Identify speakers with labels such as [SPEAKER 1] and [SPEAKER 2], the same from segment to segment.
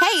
[SPEAKER 1] Hey,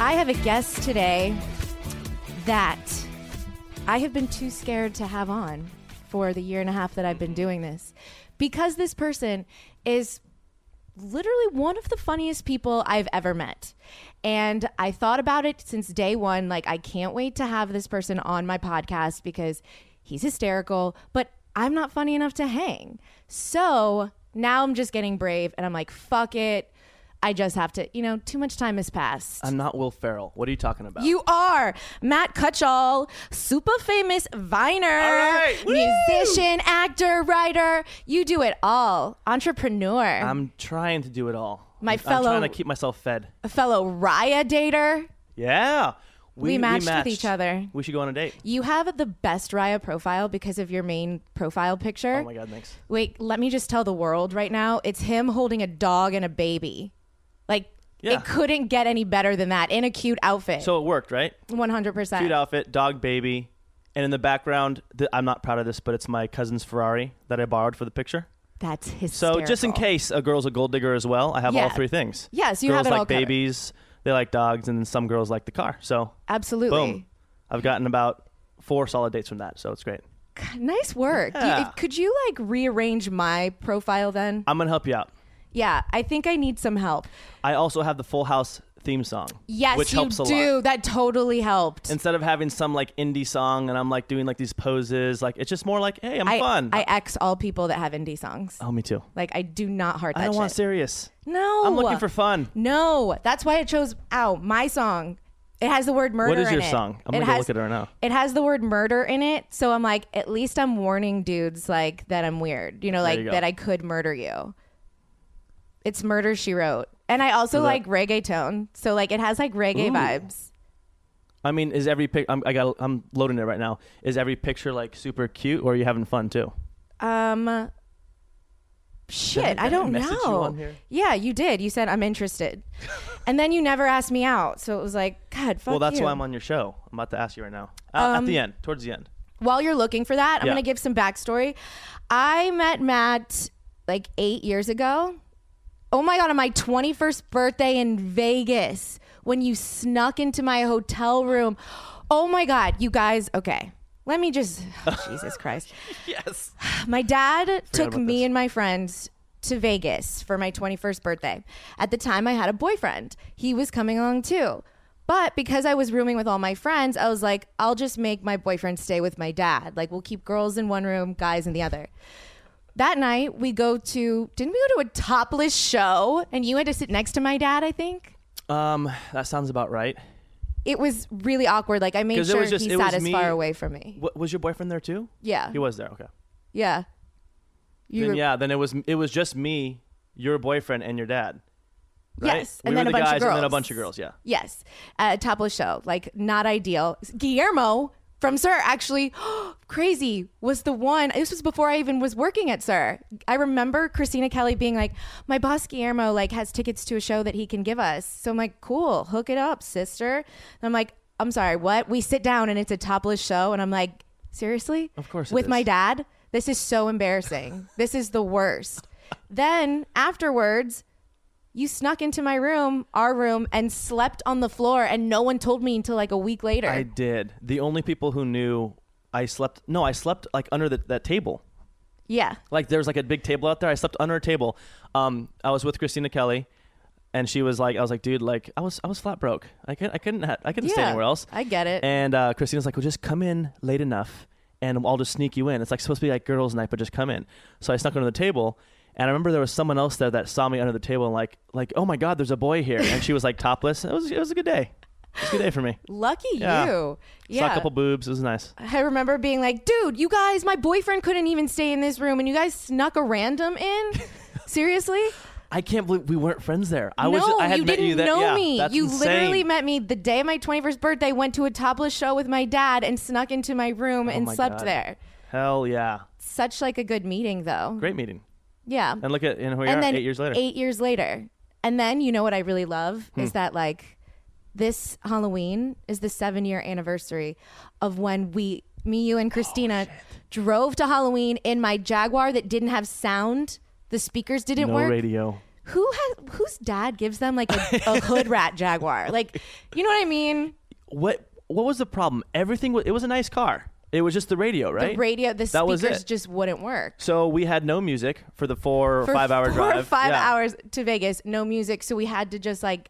[SPEAKER 2] I have a guest today that I have been too scared to have on for the year and a half that I've been doing this because this person is literally one of the funniest people I've ever met. And I thought about it since day one. Like, I can't wait to have this person on my podcast because he's hysterical, but I'm not funny enough to hang. So now I'm just getting brave and I'm like, fuck it. I just have to, you know, too much time has passed.
[SPEAKER 3] I'm not Will Ferrell. What are you talking about?
[SPEAKER 2] You are Matt Cutchall, super famous viner,
[SPEAKER 3] right, woo!
[SPEAKER 2] musician, actor, writer. You do it all. Entrepreneur,
[SPEAKER 3] I'm trying to do it all.
[SPEAKER 2] My
[SPEAKER 3] I'm-
[SPEAKER 2] fellow-
[SPEAKER 3] I'm trying to keep myself fed.
[SPEAKER 2] a fellow Raya dater.
[SPEAKER 3] Yeah.
[SPEAKER 2] We matched with each other.
[SPEAKER 3] We should go on a date.
[SPEAKER 2] You have the best Raya profile because of your main profile picture.
[SPEAKER 3] Oh my god, thanks.
[SPEAKER 2] Wait, let me just tell the world right now. It's him holding a dog and a baby. Like
[SPEAKER 3] Yeah.
[SPEAKER 2] it couldn't get any better than that in a cute outfit.
[SPEAKER 3] So it worked, right?
[SPEAKER 2] 100%.
[SPEAKER 3] Cute outfit, dog baby, and in the background, th- I'm not proud of this, but it's my cousin's Ferrari that I borrowed for the picture.
[SPEAKER 2] That's
[SPEAKER 3] So
[SPEAKER 2] hysterical.
[SPEAKER 3] just in case a girl's a gold digger as well, I have
[SPEAKER 2] Yeah.
[SPEAKER 3] all three things.
[SPEAKER 2] Yeah, so you have
[SPEAKER 3] girls
[SPEAKER 2] it
[SPEAKER 3] like
[SPEAKER 2] all covered.
[SPEAKER 3] babies, they like dogs, and then some girls like the car. So
[SPEAKER 2] Absolutely.
[SPEAKER 3] boom, I've gotten about four solid dates from that, so it's great.
[SPEAKER 2] Nice work. Do you-
[SPEAKER 3] Yeah.
[SPEAKER 2] could you like rearrange my profile then?
[SPEAKER 3] I'm gonna help you out.
[SPEAKER 2] Yeah, I think I need some help.
[SPEAKER 3] I also have the Full House theme song.
[SPEAKER 2] Yes,
[SPEAKER 3] which
[SPEAKER 2] you
[SPEAKER 3] helps a
[SPEAKER 2] do.
[SPEAKER 3] lot.
[SPEAKER 2] That totally helped.
[SPEAKER 3] Instead of having some like indie song and I'm like doing like these poses, like it's just more like, hey, I'm
[SPEAKER 2] I,
[SPEAKER 3] fun.
[SPEAKER 2] I X all people that have indie songs.
[SPEAKER 3] oh, me too.
[SPEAKER 2] Like I do not heart that
[SPEAKER 3] I don't
[SPEAKER 2] shit.
[SPEAKER 3] want serious.
[SPEAKER 2] no.
[SPEAKER 3] I'm looking for fun.
[SPEAKER 2] No, that's why I chose ow my song. It has the word murder.
[SPEAKER 3] is
[SPEAKER 2] in
[SPEAKER 3] your
[SPEAKER 2] it.
[SPEAKER 3] song?
[SPEAKER 2] It
[SPEAKER 3] I'm gonna go
[SPEAKER 2] has-
[SPEAKER 3] look at it right now.
[SPEAKER 2] It has the word murder in it, so I'm like, at least I'm warning dudes like that I'm weird. You know, like
[SPEAKER 3] you go.
[SPEAKER 2] that I could murder you. It's murder she wrote, and I also
[SPEAKER 3] that-
[SPEAKER 2] like reggaeton, so like it has like reggae vibes.
[SPEAKER 3] I mean, is every pic? I'm, I got. I'm loading it right now. Is every picture like super cute, or are you having fun too?
[SPEAKER 2] Um, shit,
[SPEAKER 3] I-
[SPEAKER 2] I
[SPEAKER 3] did I
[SPEAKER 2] don't
[SPEAKER 3] message you
[SPEAKER 2] know.
[SPEAKER 3] on here?
[SPEAKER 2] Yeah, you did. You said I'm interested, and then you never asked me out, so it was like, God, fuck
[SPEAKER 3] well, that's
[SPEAKER 2] you. Um,
[SPEAKER 3] why I'm on your show. I'm about to ask you right now. Uh, at the end, towards the end.
[SPEAKER 2] while you're looking for that, I'm
[SPEAKER 3] Yeah.
[SPEAKER 2] going to give some backstory. I met Matt like eight years ago. Oh my God, on my 21st birthday in Vegas when you snuck into my hotel room. Oh my God, you guys, okay. Let me just, oh, Jesus Christ.
[SPEAKER 3] Yes.
[SPEAKER 2] My dad took
[SPEAKER 3] about
[SPEAKER 2] me
[SPEAKER 3] this.
[SPEAKER 2] and my friends to Vegas for my 21st birthday. At the time, I had a boyfriend. He was coming along too. But because I was rooming with all my friends, I was like, I'll just make my boyfriend stay with my dad. Like, we'll keep girls in one room, guys in the other. That night, we go to, didn't we go to a topless show? And you had to sit next to my dad, I think.
[SPEAKER 3] Um, that sounds about right.
[SPEAKER 2] It was really awkward. Like, I made
[SPEAKER 3] 'Cause it
[SPEAKER 2] sure
[SPEAKER 3] was just-
[SPEAKER 2] he
[SPEAKER 3] it was
[SPEAKER 2] sat as
[SPEAKER 3] me-
[SPEAKER 2] far away from me.
[SPEAKER 3] Wa- was your boyfriend there too?
[SPEAKER 2] Yeah.
[SPEAKER 3] He was there. Okay.
[SPEAKER 2] Yeah. You
[SPEAKER 3] then
[SPEAKER 2] were-
[SPEAKER 3] yeah, then it was it was just me, your boyfriend, and your dad. Right?
[SPEAKER 2] Yes,
[SPEAKER 3] we
[SPEAKER 2] and
[SPEAKER 3] were
[SPEAKER 2] then a
[SPEAKER 3] the
[SPEAKER 2] bunch of
[SPEAKER 3] guys, and then a
[SPEAKER 2] girls.
[SPEAKER 3] bunch of girls. Yeah.
[SPEAKER 2] Yes, at a topless show, like not ideal. Guillermo from Sir actually crazy was the one this was before I even was working at Sir. I remember Christina Kelly being like, My boss Guillermo like has tickets to a show that he can give us. So I'm like, Cool, hook it up, sister. And I'm like, I'm sorry, what? We sit down and it's a topless show and I'm like, Seriously?
[SPEAKER 3] Of course it
[SPEAKER 2] With
[SPEAKER 3] is.
[SPEAKER 2] my dad? This is so embarrassing. this is the worst. Then afterwards, you snuck into my room, our room, and slept on the floor, and no one told me until like a week later.
[SPEAKER 3] I did. The only people who knew I slept. No, I slept like under the, that table.
[SPEAKER 2] yeah.
[SPEAKER 3] Like there was like a big table out there. I slept under a table. Um, I was with Christina Kelly, and she was like, I was like, dude, like I was I was flat broke. I could I couldn't ha- I couldn't stay
[SPEAKER 2] Yeah,
[SPEAKER 3] anywhere else.
[SPEAKER 2] I get it.
[SPEAKER 3] And uh, Christina's like, well, just come in late enough, and I'll just sneak you in. It's like supposed to be like girls' night, but just come in. So I snuck under the table. And I remember there was someone else there that saw me under the table and like, like, oh my God, there's a boy here, and she was like topless. It was, it was a good day. It was a good day for me.
[SPEAKER 2] Lucky
[SPEAKER 3] Yeah.
[SPEAKER 2] you.
[SPEAKER 3] Saw a
[SPEAKER 2] Yeah.
[SPEAKER 3] couple boobs. It was nice.
[SPEAKER 2] I remember being like, dude, you guys, my boyfriend couldn't even stay in this room, and you guys snuck a random in? Seriously?
[SPEAKER 3] I can't believe we weren't friends there. I
[SPEAKER 2] no,
[SPEAKER 3] was. I had
[SPEAKER 2] you
[SPEAKER 3] met
[SPEAKER 2] didn't
[SPEAKER 3] you that,
[SPEAKER 2] know
[SPEAKER 3] yeah,
[SPEAKER 2] me.
[SPEAKER 3] that's
[SPEAKER 2] you
[SPEAKER 3] insane.
[SPEAKER 2] literally met me the day of my 21st birthday, went to a topless show with my dad, and snuck into my room and
[SPEAKER 3] Oh my
[SPEAKER 2] slept
[SPEAKER 3] God.
[SPEAKER 2] there.
[SPEAKER 3] Hell yeah!
[SPEAKER 2] Such like a good meeting, though.
[SPEAKER 3] Great meeting.
[SPEAKER 2] Yeah.
[SPEAKER 3] And look at and here we are
[SPEAKER 2] and then
[SPEAKER 3] eight years later. Hmm.
[SPEAKER 2] Eight years later. And then you know what I really love is that like this Halloween is the seven year anniversary of when we me, you and Christina
[SPEAKER 3] Oh,
[SPEAKER 2] drove to Halloween in my Jaguar that didn't have sound. The speakers didn't
[SPEAKER 3] no
[SPEAKER 2] work.
[SPEAKER 3] radio.
[SPEAKER 2] Who has whose dad gives them like a, a hood rat Jaguar? Like, you know what I mean?
[SPEAKER 3] What What was the problem? Everything. Was, it was a nice car. It was just the radio, right?
[SPEAKER 2] The radio the
[SPEAKER 3] That was
[SPEAKER 2] speakers
[SPEAKER 3] it.
[SPEAKER 2] just wouldn't work.
[SPEAKER 3] so we had no music for the four or
[SPEAKER 2] for
[SPEAKER 3] five hour
[SPEAKER 2] four
[SPEAKER 3] drive.
[SPEAKER 2] Or five
[SPEAKER 3] Yeah.
[SPEAKER 2] hours to Vegas, no music, so we had to just like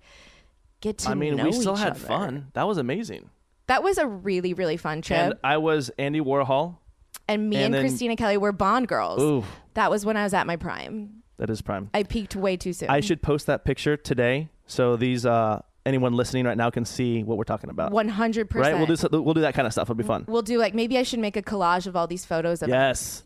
[SPEAKER 2] get to.
[SPEAKER 3] I mean,
[SPEAKER 2] know
[SPEAKER 3] we still
[SPEAKER 2] each
[SPEAKER 3] had
[SPEAKER 2] other.
[SPEAKER 3] fun. That was amazing.
[SPEAKER 2] That was a really really fun trip,
[SPEAKER 3] And
[SPEAKER 2] and,
[SPEAKER 3] I was Andy Warhol.
[SPEAKER 2] me
[SPEAKER 3] and
[SPEAKER 2] and,
[SPEAKER 3] then-
[SPEAKER 2] Christina Kelly were Bond girls.
[SPEAKER 3] Ooh.
[SPEAKER 2] That was when I was at my prime.
[SPEAKER 3] That is prime.
[SPEAKER 2] I peaked way too soon.
[SPEAKER 3] I should post that picture today so these uh, anyone listening right now can see what we're talking about.
[SPEAKER 2] one hundred
[SPEAKER 3] right?
[SPEAKER 2] percent.
[SPEAKER 3] We'll do so- we'll do that kind of stuff. It'll be fun.
[SPEAKER 2] We'll do like maybe I should make a collage of all these photos of.
[SPEAKER 3] Yes.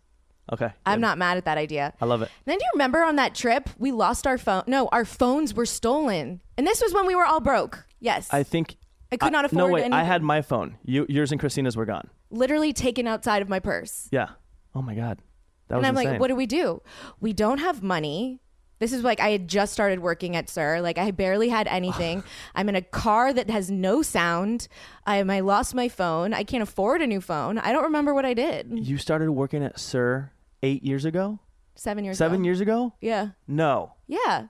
[SPEAKER 3] Okay.
[SPEAKER 2] I'm
[SPEAKER 3] good.
[SPEAKER 2] not mad at that idea.
[SPEAKER 3] I love it.
[SPEAKER 2] Then do you remember on that trip we lost our phone? No, our phones were stolen, and this was when we were all broke. Yes,
[SPEAKER 3] I think
[SPEAKER 2] I could not
[SPEAKER 3] No
[SPEAKER 2] afford
[SPEAKER 3] wait, I
[SPEAKER 2] anything.
[SPEAKER 3] had my phone. You, yours and Christina's were gone.
[SPEAKER 2] literally taken outside of my purse.
[SPEAKER 3] Yeah. Oh my god. That
[SPEAKER 2] and
[SPEAKER 3] was
[SPEAKER 2] I'm
[SPEAKER 3] insane.
[SPEAKER 2] like, what do we do? We don't have money. This is like I had just started working at Sir. Like I barely had anything. I'm in a car that has no sound. I, I lost my phone. I can't afford a new phone. I don't remember what I did.
[SPEAKER 3] you started working at Sir eight years ago,
[SPEAKER 2] Seven years.
[SPEAKER 3] seven years ago.
[SPEAKER 2] Yeah.
[SPEAKER 3] No.
[SPEAKER 2] Yeah.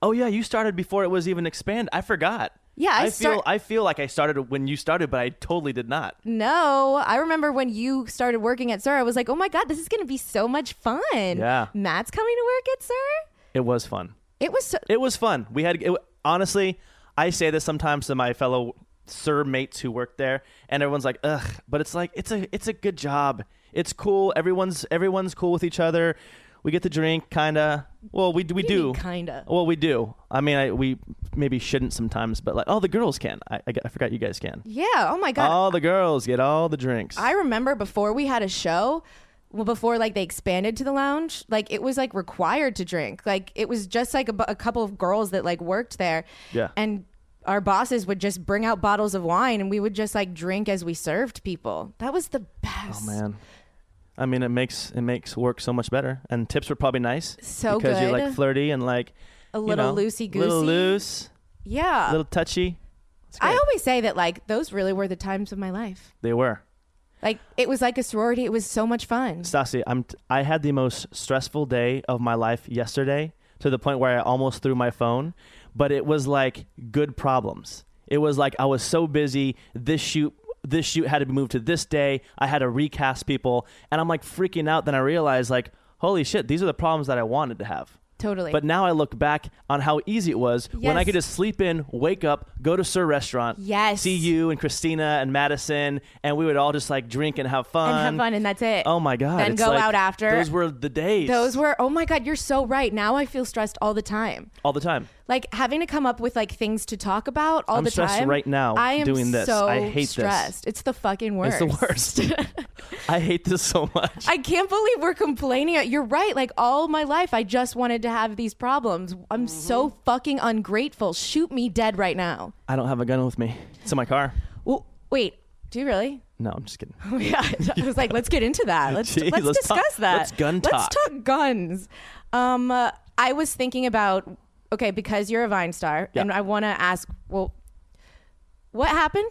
[SPEAKER 3] Oh yeah, you started before it was even expand. I forgot.
[SPEAKER 2] Yeah, I
[SPEAKER 3] I feel
[SPEAKER 2] start-
[SPEAKER 3] I feel like I started when you started, but I totally did not.
[SPEAKER 2] No, I remember when you started working at Sir. I was like, oh my god, this is gonna be so much fun.
[SPEAKER 3] Yeah.
[SPEAKER 2] Matt's coming to work at Sir.
[SPEAKER 3] It was fun.
[SPEAKER 2] It was so,
[SPEAKER 3] It was fun. We had it, honestly, I say this sometimes to my fellow sir mates who work there, and everyone's like, "Ugh," but it's like it's a it's a good job. It's cool. Everyone's everyone's cool with each other. We get to drink, kinda. Well, we we
[SPEAKER 2] What do you
[SPEAKER 3] do
[SPEAKER 2] mean, kinda?
[SPEAKER 3] Well, we do. I mean, I, we maybe shouldn't sometimes, but like, oh, the girls can. I I, I forgot you guys can.
[SPEAKER 2] yeah. Oh my god.
[SPEAKER 3] All the girls get all the drinks.
[SPEAKER 2] I remember before we had a show, well, before like they expanded to the lounge, like it was like required to drink. Like it was just like a, bu- a couple of girls that like worked there.
[SPEAKER 3] Yeah.
[SPEAKER 2] And our bosses would just bring out bottles of wine and we would just like drink as we served people. That was the best.
[SPEAKER 3] Oh man. I mean, it makes it makes work so much better, and tips were probably nice
[SPEAKER 2] So
[SPEAKER 3] because you're like
[SPEAKER 2] good.
[SPEAKER 3] flirty and like
[SPEAKER 2] A
[SPEAKER 3] you
[SPEAKER 2] little Uh,
[SPEAKER 3] know,
[SPEAKER 2] loosey-goosey.
[SPEAKER 3] little loose,
[SPEAKER 2] Yeah.
[SPEAKER 3] little touchy. It's
[SPEAKER 2] I
[SPEAKER 3] great.
[SPEAKER 2] always say that like those really were the times of my life.
[SPEAKER 3] they were.
[SPEAKER 2] Like it was like a sorority. It was so much fun.
[SPEAKER 3] Stassi, I'm t- I had the most stressful day of my life yesterday to the point where I almost threw my phone, but it was like good problems. It was like I was so busy this shoot this shoot had to be moved to this day. I had to recast people and I'm like freaking out then I realized like holy shit, these are the problems that I wanted to have.
[SPEAKER 2] Totally.
[SPEAKER 3] But now I look back on how easy it was when I
[SPEAKER 2] Yes.
[SPEAKER 3] could just sleep in, wake up, go to Sir Restaurant,
[SPEAKER 2] Yes.
[SPEAKER 3] see you and Christina and Madison, and we would all just like drink and have fun.
[SPEAKER 2] and have fun and that's it.
[SPEAKER 3] Oh my god!
[SPEAKER 2] Then
[SPEAKER 3] it's
[SPEAKER 2] go
[SPEAKER 3] like-
[SPEAKER 2] out after.
[SPEAKER 3] Those were the days.
[SPEAKER 2] Those were, oh my God, you're so right. Now I feel stressed all the time.
[SPEAKER 3] all the time.
[SPEAKER 2] Like having to come up with like things to talk about all
[SPEAKER 3] I'm
[SPEAKER 2] the
[SPEAKER 3] stressed
[SPEAKER 2] time.
[SPEAKER 3] right now
[SPEAKER 2] I am
[SPEAKER 3] doing this.
[SPEAKER 2] So
[SPEAKER 3] I hate this.
[SPEAKER 2] stressed. It's the fucking worst.
[SPEAKER 3] It's the worst. I hate this so much.
[SPEAKER 2] I can't believe we're complaining. You're right. Like all my life, I just wanted to have these problems. I'm so fucking ungrateful. Shoot me dead right now.
[SPEAKER 3] I don't have a gun with me. It's in my car.
[SPEAKER 2] Well, wait. Do you really?
[SPEAKER 3] No, I'm just kidding.
[SPEAKER 2] yeah, I was like, let's get into that. Let's
[SPEAKER 3] Jeez,
[SPEAKER 2] let's,
[SPEAKER 3] let's
[SPEAKER 2] discuss
[SPEAKER 3] talk-
[SPEAKER 2] that.
[SPEAKER 3] let's gun
[SPEAKER 2] Let's
[SPEAKER 3] talk.
[SPEAKER 2] talk guns. Um, uh, I was thinking about okay because you're a Vine star,
[SPEAKER 3] Yeah.
[SPEAKER 2] and I want to ask, well, what happened?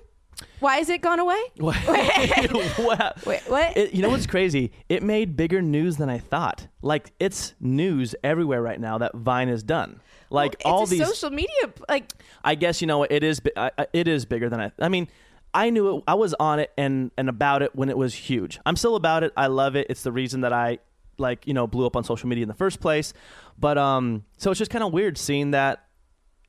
[SPEAKER 2] Why has it gone away?
[SPEAKER 3] What? Wow.
[SPEAKER 2] Wait, what?
[SPEAKER 3] It, you know what's crazy? It made bigger news than I thought. Like it's news everywhere right now that Vine is done. Like
[SPEAKER 2] it's
[SPEAKER 3] all
[SPEAKER 2] a
[SPEAKER 3] these
[SPEAKER 2] social media like
[SPEAKER 3] I guess you know what it is. bi- I- I- It is bigger than I. I mean, I knew it. I was on it and and about it when it was huge. I'm still about it. I love it. It's the reason that I like you know blew up on social media in the first place. But um, so it's just kind of weird seeing that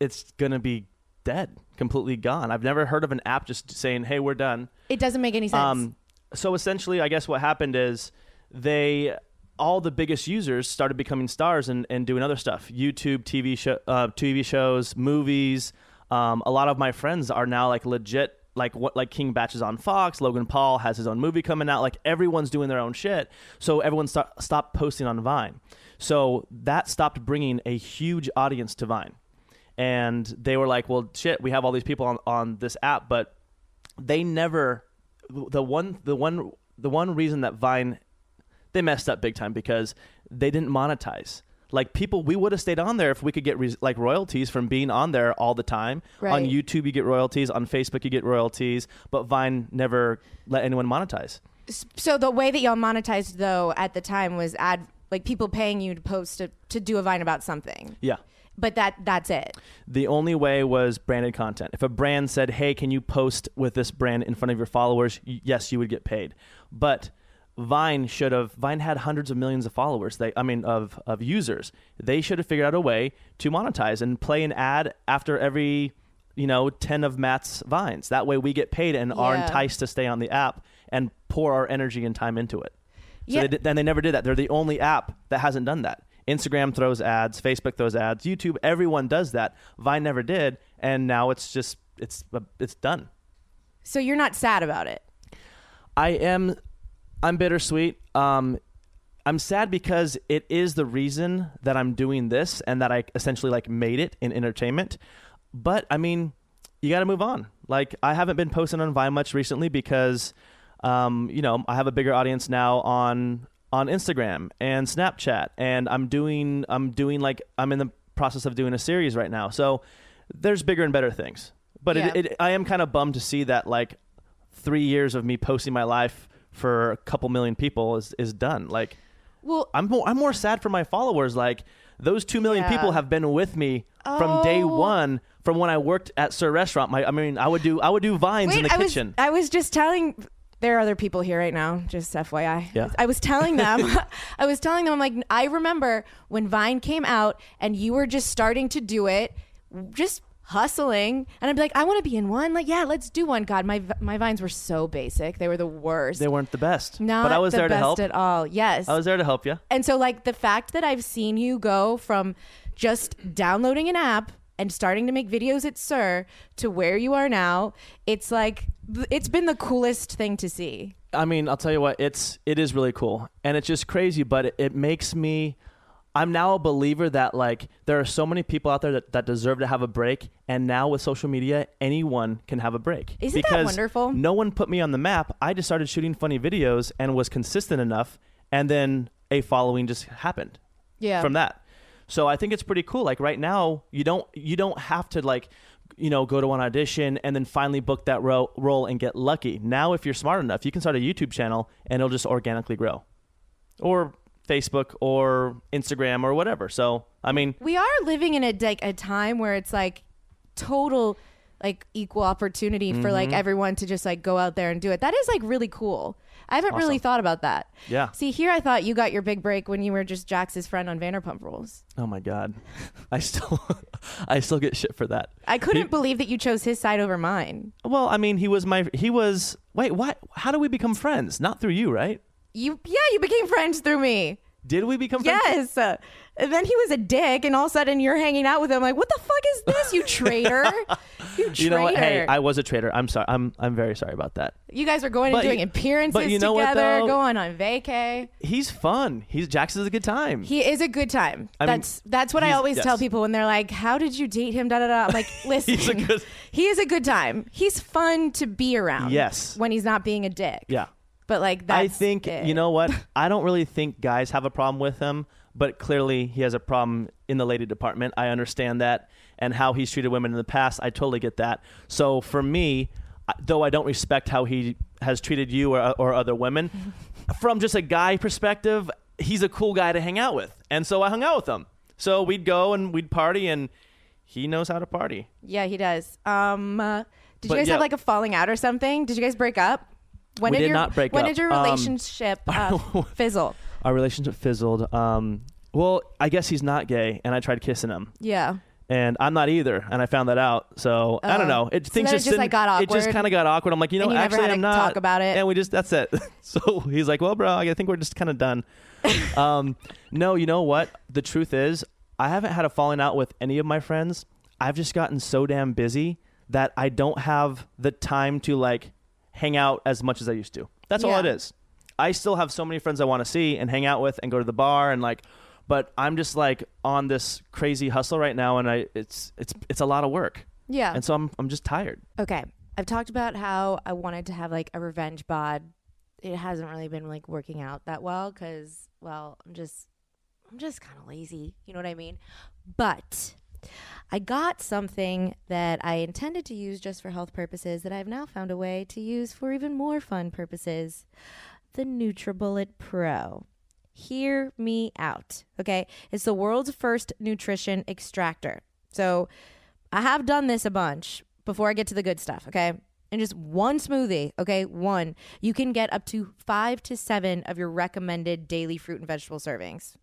[SPEAKER 3] it's gonna be dead, completely gone. I've never heard of an app just saying, "Hey, we're done."
[SPEAKER 2] it doesn't make any sense.
[SPEAKER 3] Um, so essentially, I guess what happened is they all the biggest users started becoming stars and, and doing other stuff YouTube, TV show, uh, TV shows, movies. Um, a lot of my friends are now like legit. Like what? Like King Batch is on Fox. Logan Paul has his own movie coming out. Like everyone's doing their own shit. So everyone sto- stopped posting on Vine. So that stopped bringing a huge audience to Vine. And they were like, "Well, shit, we have all these people on on this app, but they never the one the one the one reason that Vine they messed up big time because they didn't monetize. Like people, we would have stayed on there if we could get res- like royalties from being on there all the time. On
[SPEAKER 2] Right.
[SPEAKER 3] YouTube, you get royalties. On Facebook, you get royalties. But Vine never let anyone monetize.
[SPEAKER 2] so the way that y'all monetized though at the time was ad like people paying you to post to, to do a Vine about something.
[SPEAKER 3] Yeah.
[SPEAKER 2] But that that's it.
[SPEAKER 3] The only way was branded content. If a brand said, "Hey, can you post with this brand in front of your followers?" y- yes, you would get paid. But Vine should have Vine had hundreds of millions of followers. They I mean of of users. They should have figured out a way to monetize and play an ad after every, you know, 10 of Matt's vines. That way we get paid and are
[SPEAKER 2] Yeah.
[SPEAKER 3] enticed to stay on the app and pour our energy and time into it. So
[SPEAKER 2] Yeah.
[SPEAKER 3] they did, then they never did that. They're the only app that hasn't done that. Instagram throws ads, Facebook throws ads, YouTube, everyone does that. Vine never did, and now it's just it's it's done.
[SPEAKER 2] So you're not sad about it.
[SPEAKER 3] I am I'm bittersweet. Um I'm sad because it is the reason that I'm doing this and that I essentially like made it in entertainment. But I mean, you got to move on. Like I haven't been posting on Vine much recently because um you know, I have a bigger audience now on on Instagram and Snapchat and I'm doing I'm doing like I'm in the process of doing a series right now. So there's bigger and better things. But
[SPEAKER 2] Yeah.
[SPEAKER 3] it, it I am kind of bummed to see that like three years of me posting my life for a couple million people is, is done. Like,
[SPEAKER 2] Well,
[SPEAKER 3] I'm more, I'm more sad for my followers. Like, those two million
[SPEAKER 2] Yeah.
[SPEAKER 3] people have been with me from day
[SPEAKER 2] Oh.
[SPEAKER 3] one. From when I worked at Sir Restaurant, my I mean, I would do I would do vines in the
[SPEAKER 2] I
[SPEAKER 3] kitchen.
[SPEAKER 2] Was, I was just telling. There are other people here right now, just FYI.
[SPEAKER 3] Yeah.
[SPEAKER 2] I was telling them, I was telling them, I'm like, I remember when Vine came out and you were just starting to do it, just hustling. And I'd be like, I want to be in one. Like, yeah, let's do one. God, my my Vines were so basic. They were the worst.
[SPEAKER 3] they weren't the best,
[SPEAKER 2] Not
[SPEAKER 3] but I was
[SPEAKER 2] the
[SPEAKER 3] there to
[SPEAKER 2] best
[SPEAKER 3] help.
[SPEAKER 2] at all. Yes.
[SPEAKER 3] I was there to help you.
[SPEAKER 2] And so, like, the fact that I've seen you go from just downloading an app and starting to make videos at Sir to where you are now, it's like, it's been the coolest thing to see.
[SPEAKER 3] I mean, I'll tell you what, it's it is really cool, and it's just crazy, but it, it makes me. I'm now a believer that like there are so many people out there that, that deserve to have a break, and now with social media, anyone can have a break.
[SPEAKER 2] Isn't that
[SPEAKER 3] Because
[SPEAKER 2] wonderful?
[SPEAKER 3] No one put me on the map. I just started shooting funny videos and was consistent enough, and then a following just happened
[SPEAKER 2] Yeah.
[SPEAKER 3] from that. So I think it's pretty cool. Like right now, you don't you don't have to like you know go to one audition and then finally book that ro- role and get lucky. Now, if you're smart enough, you can start a YouTube channel and it'll just organically grow, or Facebook or Instagram or whatever. So I mean,
[SPEAKER 2] We are living in a like a time where it's like total like equal opportunity for
[SPEAKER 3] Mm-hmm.
[SPEAKER 2] like everyone to just like go out there and do it. That is like really cool. I haven't really thought about that.
[SPEAKER 3] Yeah.
[SPEAKER 2] See, here I thought you got your big break when you were just Jax's friend on Vanderpump Rules.
[SPEAKER 3] oh my god, I still I still get shit for that.
[SPEAKER 2] I couldn't
[SPEAKER 3] He-
[SPEAKER 2] believe that you chose his side over mine.
[SPEAKER 3] Well, I mean, he was my he was wait what? How do we become friends? Not through you, right?
[SPEAKER 2] You yeah, you became friends through me.
[SPEAKER 3] Did we become friends?
[SPEAKER 2] Yes. Uh, and then he was a dick, and all of a sudden you're hanging out with him. Like, what the fuck is this, you traitor? you traitor.
[SPEAKER 3] You know what? Hey, I was a traitor. I'm sorry. I'm I'm very sorry about that.
[SPEAKER 2] you guys are going and
[SPEAKER 3] But you-
[SPEAKER 2] doing appearances
[SPEAKER 3] but you know what,
[SPEAKER 2] together,
[SPEAKER 3] though?
[SPEAKER 2] going on vacay.
[SPEAKER 3] He's fun. He's Jackson's a good time.
[SPEAKER 2] He is a good time.
[SPEAKER 3] I mean,
[SPEAKER 2] that's that's what I
[SPEAKER 3] he's-
[SPEAKER 2] always
[SPEAKER 3] yes.
[SPEAKER 2] tell people when they're like, "How did you date him?" Da da da. I'm like, "Listen,
[SPEAKER 3] He's a good-
[SPEAKER 2] he is a good time. He's fun to be around.
[SPEAKER 3] Yes.
[SPEAKER 2] when he's not being a dick.
[SPEAKER 3] Yeah.
[SPEAKER 2] but like that's
[SPEAKER 3] I think
[SPEAKER 2] it.
[SPEAKER 3] you know what? I don't really think guys have a problem with him, but clearly he has a problem in the lady department. I understand that, and how he's treated women in the past. I totally get that. So for me, I- though I don't respect how he has treated you or, or other women, from just a guy perspective, he's a cool guy to hang out with, and so I hung out with him. So we'd go and we'd party, and he knows how to party.
[SPEAKER 2] Yeah, he does. Um, uh, did
[SPEAKER 3] But
[SPEAKER 2] you guys
[SPEAKER 3] yeah.
[SPEAKER 2] have like a falling out or something? Did you guys break up? When
[SPEAKER 3] We did
[SPEAKER 2] your,
[SPEAKER 3] not break
[SPEAKER 2] when
[SPEAKER 3] up.
[SPEAKER 2] did your
[SPEAKER 3] Um,
[SPEAKER 2] relationship uh, fizzle?
[SPEAKER 3] Our relationship fizzled. Um, well, I guess he's not gay, and I tried kissing him.
[SPEAKER 2] Yeah.
[SPEAKER 3] and I'm not either, and I found that out. So I don't know. It, things
[SPEAKER 2] Oh. then it
[SPEAKER 3] just
[SPEAKER 2] just, like,
[SPEAKER 3] didn't-
[SPEAKER 2] got
[SPEAKER 3] It just
[SPEAKER 2] awkward.
[SPEAKER 3] kind of got awkward. I'm like, you know,
[SPEAKER 2] And you never
[SPEAKER 3] actually,
[SPEAKER 2] had
[SPEAKER 3] I'm
[SPEAKER 2] to
[SPEAKER 3] not
[SPEAKER 2] talk about it?
[SPEAKER 3] And we just that's it. so he's like, well, bro, I think we're just kind of done. um, no, you know what? The truth is, I haven't had a falling out with any of my friends. I've just gotten so damn busy that I don't have the time to like hang out as much as I used to. That's all
[SPEAKER 2] Yeah.
[SPEAKER 3] it is. I still have so many friends I want to see and hang out with and go to the bar and like but I'm just like on this crazy hustle right now and I it's it's it's a lot of work.
[SPEAKER 2] Yeah.
[SPEAKER 3] And so I'm I'm just tired.
[SPEAKER 2] Okay. I've talked about how I wanted to have like a revenge bod. It hasn't really been like working out that well because, well, I'm just, I'm just kind of lazy. You know what I mean? But I got something that I intended to use just for health purposes that I've now found a way to use for even more fun purposes the NutriBullet Pro. Hear me out. Okay. It's the world's first nutrition extractor. So I have done this a bunch before I get to the good stuff. Okay. And just one smoothie, okay, one, you can get up to five to seven of your recommended daily fruit and vegetable servings.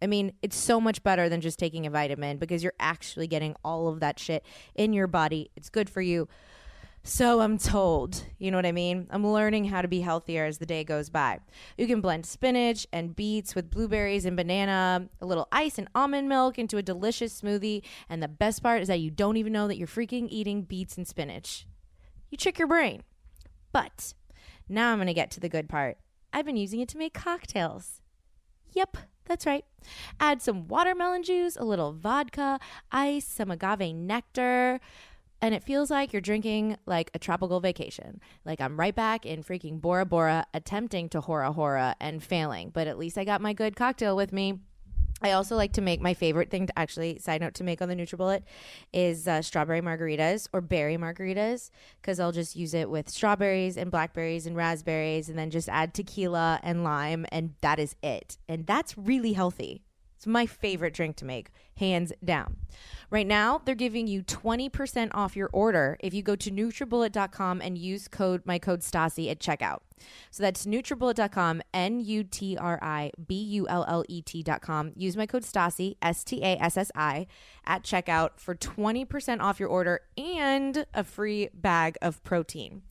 [SPEAKER 2] I mean, it's so much better than just taking a vitamin because you're actually getting all of that shit in your body. It's good for you. So I'm told, you know what I mean? I'm learning how to be healthier as the day goes by. You can blend spinach and beets with blueberries and banana, a little ice and almond milk into a delicious smoothie. And the best part is that you don't even know that you're freaking eating beets and spinach. You trick your brain. But now I'm going to get to the good part. I've been using it to make cocktails. Yep, that's right. Add some watermelon juice, a little vodka, ice, some agave nectar, and it feels like you're drinking like a tropical vacation. Like I'm right back in freaking Bora Bora, attempting to hora hora and failing, but at least I got my good cocktail with me. I also like to make my favorite thing to actually side note to make on the NutriBullet is uh, strawberry margaritas or berry margaritas because I'll just use it with strawberries and blackberries and raspberries and then just add tequila and lime and that is it. And that's really healthy. It's my favorite drink to make, hands down. Right now, they're giving you 20% off your order if you go to NutriBullet.com and use code my code Stasi at checkout. So that's NutriBullet.com, E N-U-T-R-I-B-U-L-L-E-T.com. Use my code Stasi, S-T-A-S-S-I, at checkout for 20% off your order and a free bag of protein.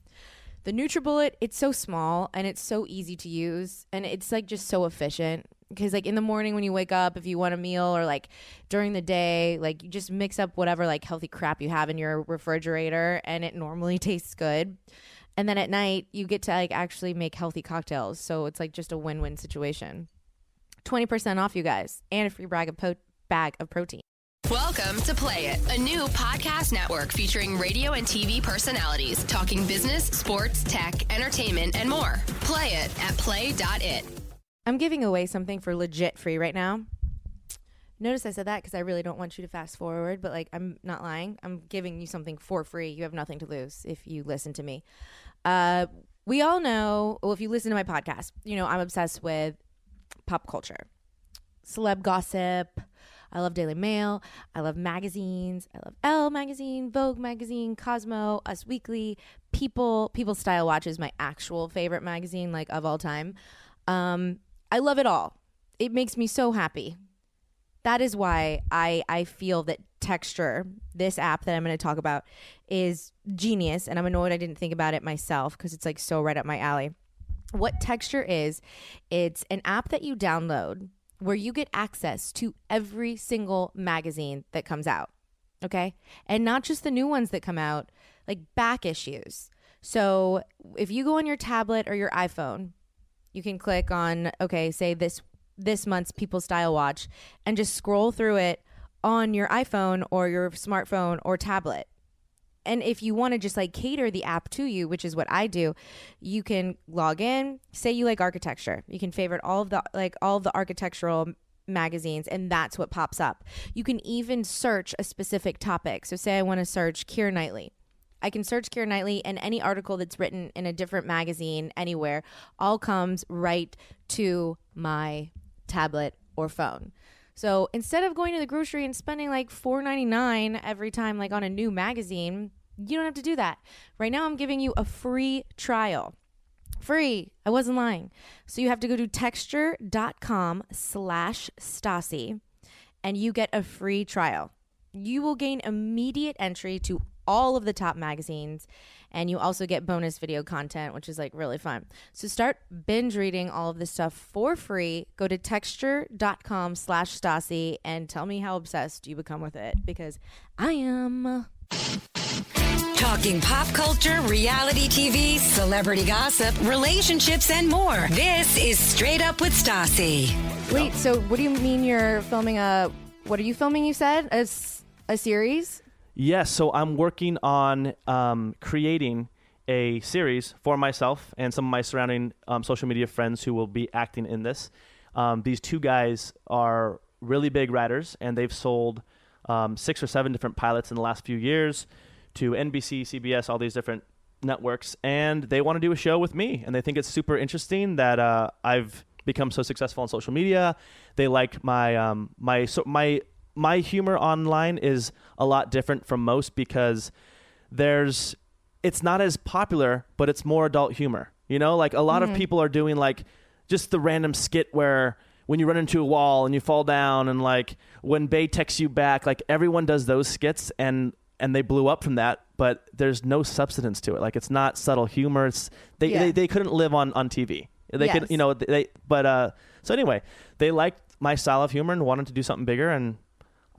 [SPEAKER 2] The NutriBullet, it's so small and it's so easy to use and it's like just so efficient because like in the morning when you wake up if you want a meal or like during the day like you just mix up whatever like healthy crap you have in your refrigerator and it normally tastes good. And then at night you get to like actually make healthy cocktails. So it's like just a win-win situation. 20% off you guys and a free bag of po- bag of protein.
[SPEAKER 4] Welcome to Play It, a new podcast network featuring radio and TV personalities talking business, sports, tech, entertainment, and more. Play it at play.it.
[SPEAKER 2] I'm giving away something for legit free right now. Notice I said that because I really don't want you to fast forward, but like I'm not lying. I'm giving you something for free. You have nothing to lose if you listen to me. Uh, we all know, well, if you listen to my podcast, you know I'm obsessed with pop culture, celeb gossip. I love Daily Mail. I love magazines. I love Elle magazine, Vogue magazine, Cosmo, Us Weekly, People. People Style Watch is my actual favorite magazine, like of all time. Um, I love it all. It makes me so happy. That is why I I feel that Texture, this app that I'm going to talk about, is genius, and I'm annoyed I didn't think about it myself because it's like so right up my alley what texture is it's an app that you download where you get access to every single magazine that comes out. Okay. And not just the new ones that come out, like back issues. So if you go on your tablet or your iPhone, you can click on, okay, say this this month's People Style Watch and just scroll through it on your iPhone or your smartphone or tablet and if you want to just like cater the app to you, which is what I do, you can log in. Say you like architecture, you can favorite all of the like all of the architectural magazines, and that's what pops up. You can even search a specific topic. So say I want to search Keira Knightley. I can search Keira Knightley, and any article that's written in a different magazine anywhere all comes right to my tablet or phone. So instead of going to the grocery and spending like four ninety nine every time, like on a new magazine, you don't have to do that. Right now, I'm giving you a free trial. Free. I wasn't lying. So you have to go to texture.com slash Stasi and you get a free trial. You will gain immediate entry to all of the top magazines and you also get bonus video content, which is like really fun. So start binge reading all of this stuff for free. Go to texture.com slash Stasi and tell me how obsessed you become with it because I am.
[SPEAKER 5] Talking pop culture, reality TV, celebrity gossip, relationships, and more. This is Straight Up with Stassi.
[SPEAKER 2] Wait, so what do you mean you're filming a? What are you filming? You said a, s- a series.
[SPEAKER 3] Yes, so I'm working on um, creating a series for myself and some of my surrounding um, social media friends who will be acting in this. Um, these two guys are really big writers, and they've sold um, six or seven different pilots in the last few years to NBC, CBS, all these different networks. And they want to do a show with me, and they think it's super interesting that uh, I've become so successful on social media. They like my um, my so my my humor online is a lot different from most because there's it's not as popular, but it's more adult humor. You know, like a lot
[SPEAKER 2] Mm-hmm.
[SPEAKER 3] of people are doing like just the random skit where when you run into a wall and you fall down and like when Bay texts you back, like everyone does those skits and and they blew up from that, but there's no substance to it. Like it's not subtle humor. It's they
[SPEAKER 2] Yeah.
[SPEAKER 3] they, they couldn't live on on TV. They
[SPEAKER 2] Yes.
[SPEAKER 3] could, you know, they, they but uh so anyway, they liked my style of humor and wanted to do something bigger and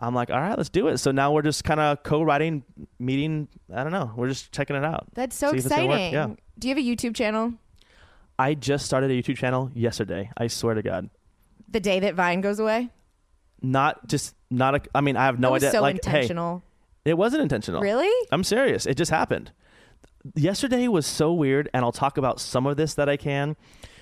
[SPEAKER 3] I'm like, all right, let's do it. So now we're just kind of co-writing, meeting. I don't know. We're just checking it out.
[SPEAKER 2] That's so
[SPEAKER 3] See if it's gonna
[SPEAKER 2] exciting.
[SPEAKER 3] work. Yeah.
[SPEAKER 2] Do you have a YouTube channel?
[SPEAKER 3] I just started a YouTube channel yesterday. I swear to God.
[SPEAKER 2] The day that Vine goes away.
[SPEAKER 3] Not just not a. I mean, Oh, I have no
[SPEAKER 2] that was
[SPEAKER 3] idea.
[SPEAKER 2] so
[SPEAKER 3] like,
[SPEAKER 2] intentional.
[SPEAKER 3] Hey, it wasn't intentional.
[SPEAKER 2] Really?
[SPEAKER 3] I'm serious. It just happened. Yesterday was so weird, and I'll talk about some of this that I can.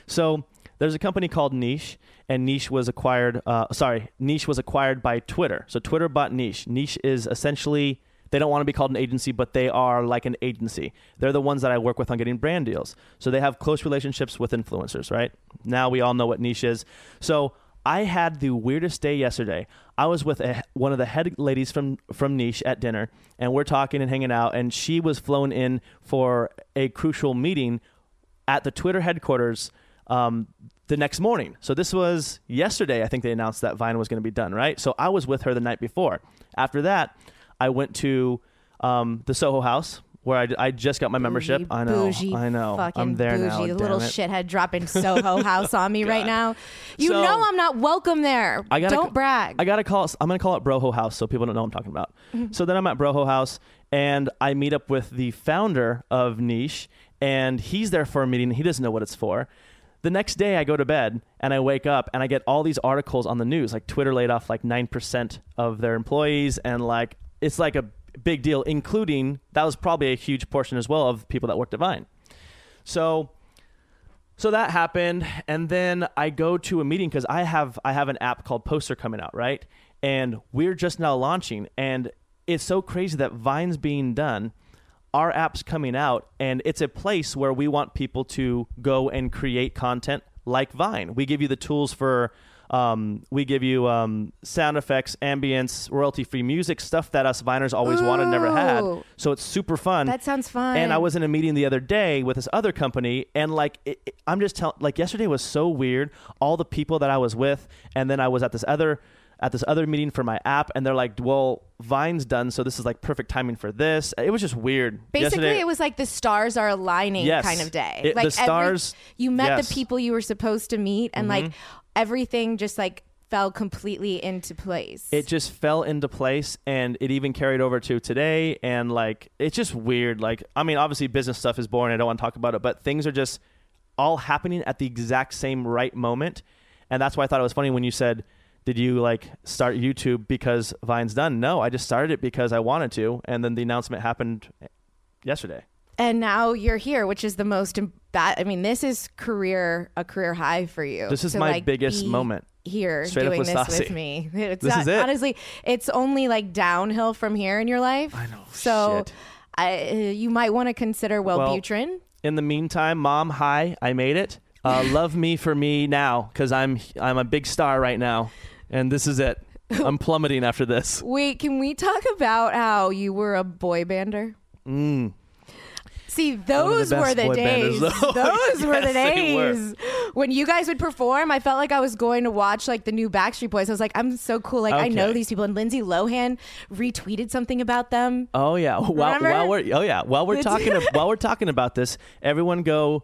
[SPEAKER 3] So there's a company called Niche, and Niche was acquired. Uh, sorry, Niche was acquired by Twitter. So Twitter bought Niche. Niche is essentially they don't want to be called an agency, but they are like an agency. They're the ones that I work with on getting brand deals. So they have close relationships with influencers, right? Now we all know what Niche is. So I had the weirdest day yesterday. I was with a, one of the head ladies from from Niche at dinner, and we're talking and hanging out. And she was flown in for a crucial meeting at the Twitter headquarters um, the next morning. So this was yesterday. I think they announced that Vine was going to be done, right? So I was with her the night before. After that, I went to um, the Soho House where I, I just got my membership.
[SPEAKER 2] You
[SPEAKER 3] I know,
[SPEAKER 2] bougie
[SPEAKER 3] I know,
[SPEAKER 2] Fucking
[SPEAKER 3] I'm there
[SPEAKER 2] bougie,
[SPEAKER 3] now.
[SPEAKER 2] The
[SPEAKER 3] damn
[SPEAKER 2] little
[SPEAKER 3] it.
[SPEAKER 2] shithead dropping Soho House on me right now. You
[SPEAKER 3] So-
[SPEAKER 2] know I'm not welcome there.
[SPEAKER 3] I gotta
[SPEAKER 2] Don't brag. Mm-hmm.
[SPEAKER 3] I gotta call. It, I'm gonna call it Broho House so people don't know what I'm talking about. So then I'm at Broho House and I meet up with the founder of Niche, and he's there for a meeting. He doesn't know what it's for. The next day I go to bed and I wake up and I get all these articles on the news. Like Twitter laid off like nine percent of their employees, and like it's like a big deal, including that was probably a huge portion as well of people that worked at Vine. So so that happened and then i go to a meeting because i have i have an app called poster coming out right and we're just now launching and it's so crazy that vine's being done our app's coming out and it's a place where we want people to go and create content like vine we give you the tools for um, we give you um, sound effects ambience royalty free music stuff that us viners always wanted never had
[SPEAKER 2] Ooh.
[SPEAKER 3] so it's super fun
[SPEAKER 2] That sounds fun.
[SPEAKER 3] and i was in a meeting the other day with this other company and like it, it- i'm just telling like yesterday was so weird all the people that i was with and then i was at this other at this other meeting for my app and they're like well vine's done so this is like perfect timing for this it was just weird
[SPEAKER 2] Basically,
[SPEAKER 3] Yesterday-
[SPEAKER 2] it was like the stars are aligning
[SPEAKER 3] Yes.
[SPEAKER 2] kind of day.
[SPEAKER 3] It-
[SPEAKER 2] like
[SPEAKER 3] the stars-
[SPEAKER 2] Every, you met
[SPEAKER 3] yes. Mm-hmm.
[SPEAKER 2] the people you were supposed to meet, and like everything just like fell completely into place.
[SPEAKER 3] it just fell into place and it even carried over to today and like it's just weird like i mean obviously business stuff is boring i don't want to talk about it but things are just all happening at the exact same right moment and that's why i thought it was funny when you said did you like start youtube because vine's done no i just started it because i wanted to and then the announcement happened yesterday
[SPEAKER 2] and now you're here, which is the most im- that I mean, this is career a career high for you.
[SPEAKER 3] This is
[SPEAKER 2] to,
[SPEAKER 3] my
[SPEAKER 2] like,
[SPEAKER 3] biggest
[SPEAKER 2] be
[SPEAKER 3] moment.
[SPEAKER 2] here
[SPEAKER 3] Straight up
[SPEAKER 2] doing
[SPEAKER 3] with
[SPEAKER 2] this
[SPEAKER 3] Stassi.
[SPEAKER 2] with me. It's
[SPEAKER 3] This
[SPEAKER 2] not-
[SPEAKER 3] is it.
[SPEAKER 2] Honestly, it's only like downhill from here in your life. I know. So
[SPEAKER 3] Shit.
[SPEAKER 2] I, you might want to consider Wellbutrin.
[SPEAKER 3] in the meantime mom hi i made it uh, love me for me now because i'm i'm a big star right now and this is it i'm plummeting after this
[SPEAKER 2] Wait, can we talk about how you were a boy bander?
[SPEAKER 3] Mm.
[SPEAKER 2] See, those
[SPEAKER 3] best
[SPEAKER 2] were the
[SPEAKER 3] boy
[SPEAKER 2] days.
[SPEAKER 3] banders, though.
[SPEAKER 2] Those were the
[SPEAKER 3] Yes, they were.
[SPEAKER 2] days when you guys would perform. I felt like I was going to watch like the new Backstreet Boys. I was like, I'm so cool. Like I know
[SPEAKER 3] Okay.
[SPEAKER 2] these people. And Lindsay Lohan retweeted something about them.
[SPEAKER 3] Oh yeah. While,
[SPEAKER 2] Remember?
[SPEAKER 3] while we're oh yeah while we're
[SPEAKER 2] The-
[SPEAKER 3] talking ab- while we're talking about this, everyone go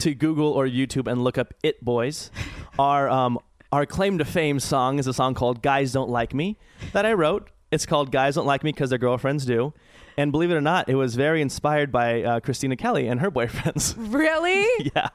[SPEAKER 3] to Google or YouTube and look up It Boys. Our um our claim to fame song is a song called Guys Don't Like Me that I wrote. It's called Guys Don't Like Me because their girlfriends do. And believe it or not, it was very inspired by uh, Christina Kelly and her boyfriends.
[SPEAKER 2] Really?
[SPEAKER 3] yeah.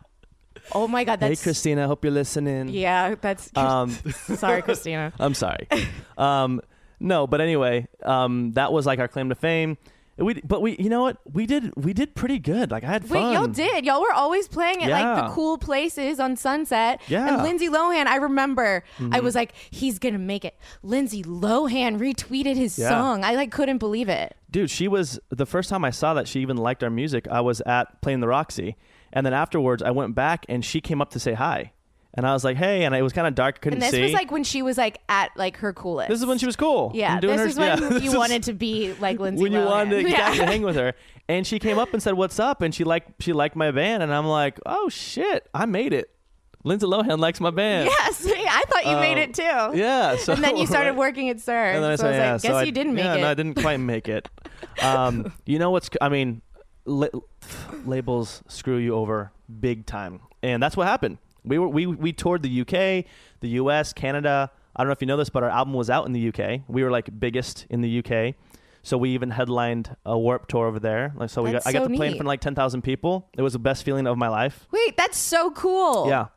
[SPEAKER 2] Oh my God,
[SPEAKER 3] Hey
[SPEAKER 2] that's
[SPEAKER 3] Christina, hope you're listening.
[SPEAKER 2] yeah, that's
[SPEAKER 3] Um,
[SPEAKER 2] sorry, Christina.
[SPEAKER 3] I'm sorry. um, no, but anyway, um, that was like our claim to fame. We, but we, you know what? We did, we did pretty good. Like I had
[SPEAKER 2] Wait,
[SPEAKER 3] fun.
[SPEAKER 2] y'all did. Y'all were always playing at like
[SPEAKER 3] Yeah.
[SPEAKER 2] the cool places on Sunset.
[SPEAKER 3] Yeah. Mm-hmm.
[SPEAKER 2] And Lindsay Lohan, I remember I was like, he's gonna make it. Lindsay Lohan retweeted his
[SPEAKER 3] Yeah.
[SPEAKER 2] song. I like couldn't believe it.
[SPEAKER 3] dude. She was the first time I saw that she even liked our music. I was at playing the Roxy, and then afterwards I went back and she came up to say hi, and I was like, hey, and it was kind of dark, couldn't
[SPEAKER 2] And this
[SPEAKER 3] see.
[SPEAKER 2] was like when she was like at like her coolest.
[SPEAKER 3] this is when she was cool.
[SPEAKER 2] Yeah,
[SPEAKER 3] and doing
[SPEAKER 2] this
[SPEAKER 3] her-
[SPEAKER 2] is when
[SPEAKER 3] yeah,
[SPEAKER 2] you
[SPEAKER 3] this is-
[SPEAKER 2] wanted to be like Lindsay
[SPEAKER 3] when you
[SPEAKER 2] Lohan.
[SPEAKER 3] wanted to
[SPEAKER 2] Yeah.
[SPEAKER 3] exactly hang with her. And she came up and said, "What's up?" And she like she liked my band, and I'm like, "Oh shit, I made it." Lindsay Lohan likes my band.
[SPEAKER 2] Yes, I thought you made it too.
[SPEAKER 3] Um, Yeah. So
[SPEAKER 2] And then you started
[SPEAKER 3] right?
[SPEAKER 2] working at Sir.
[SPEAKER 3] And then I
[SPEAKER 2] so I was
[SPEAKER 3] said, yeah,
[SPEAKER 2] like,
[SPEAKER 3] so
[SPEAKER 2] guess
[SPEAKER 3] I-
[SPEAKER 2] you didn't make
[SPEAKER 3] yeah,
[SPEAKER 2] it.
[SPEAKER 3] No, I didn't quite make it. Um, you know what's? I mean, la- labels screw you over big time, and that's what happened. We were we we toured the UK, the US, Canada. I don't know if you know this, but our album was out in the UK. We were like biggest in the UK, so we even headlined a Warp tour over there. Like, so we
[SPEAKER 2] That's
[SPEAKER 3] got I got
[SPEAKER 2] so
[SPEAKER 3] to play in
[SPEAKER 2] neat.
[SPEAKER 3] front of like ten thousand people. It was the best feeling of my life.
[SPEAKER 2] Wait, that's so cool.
[SPEAKER 3] Yeah.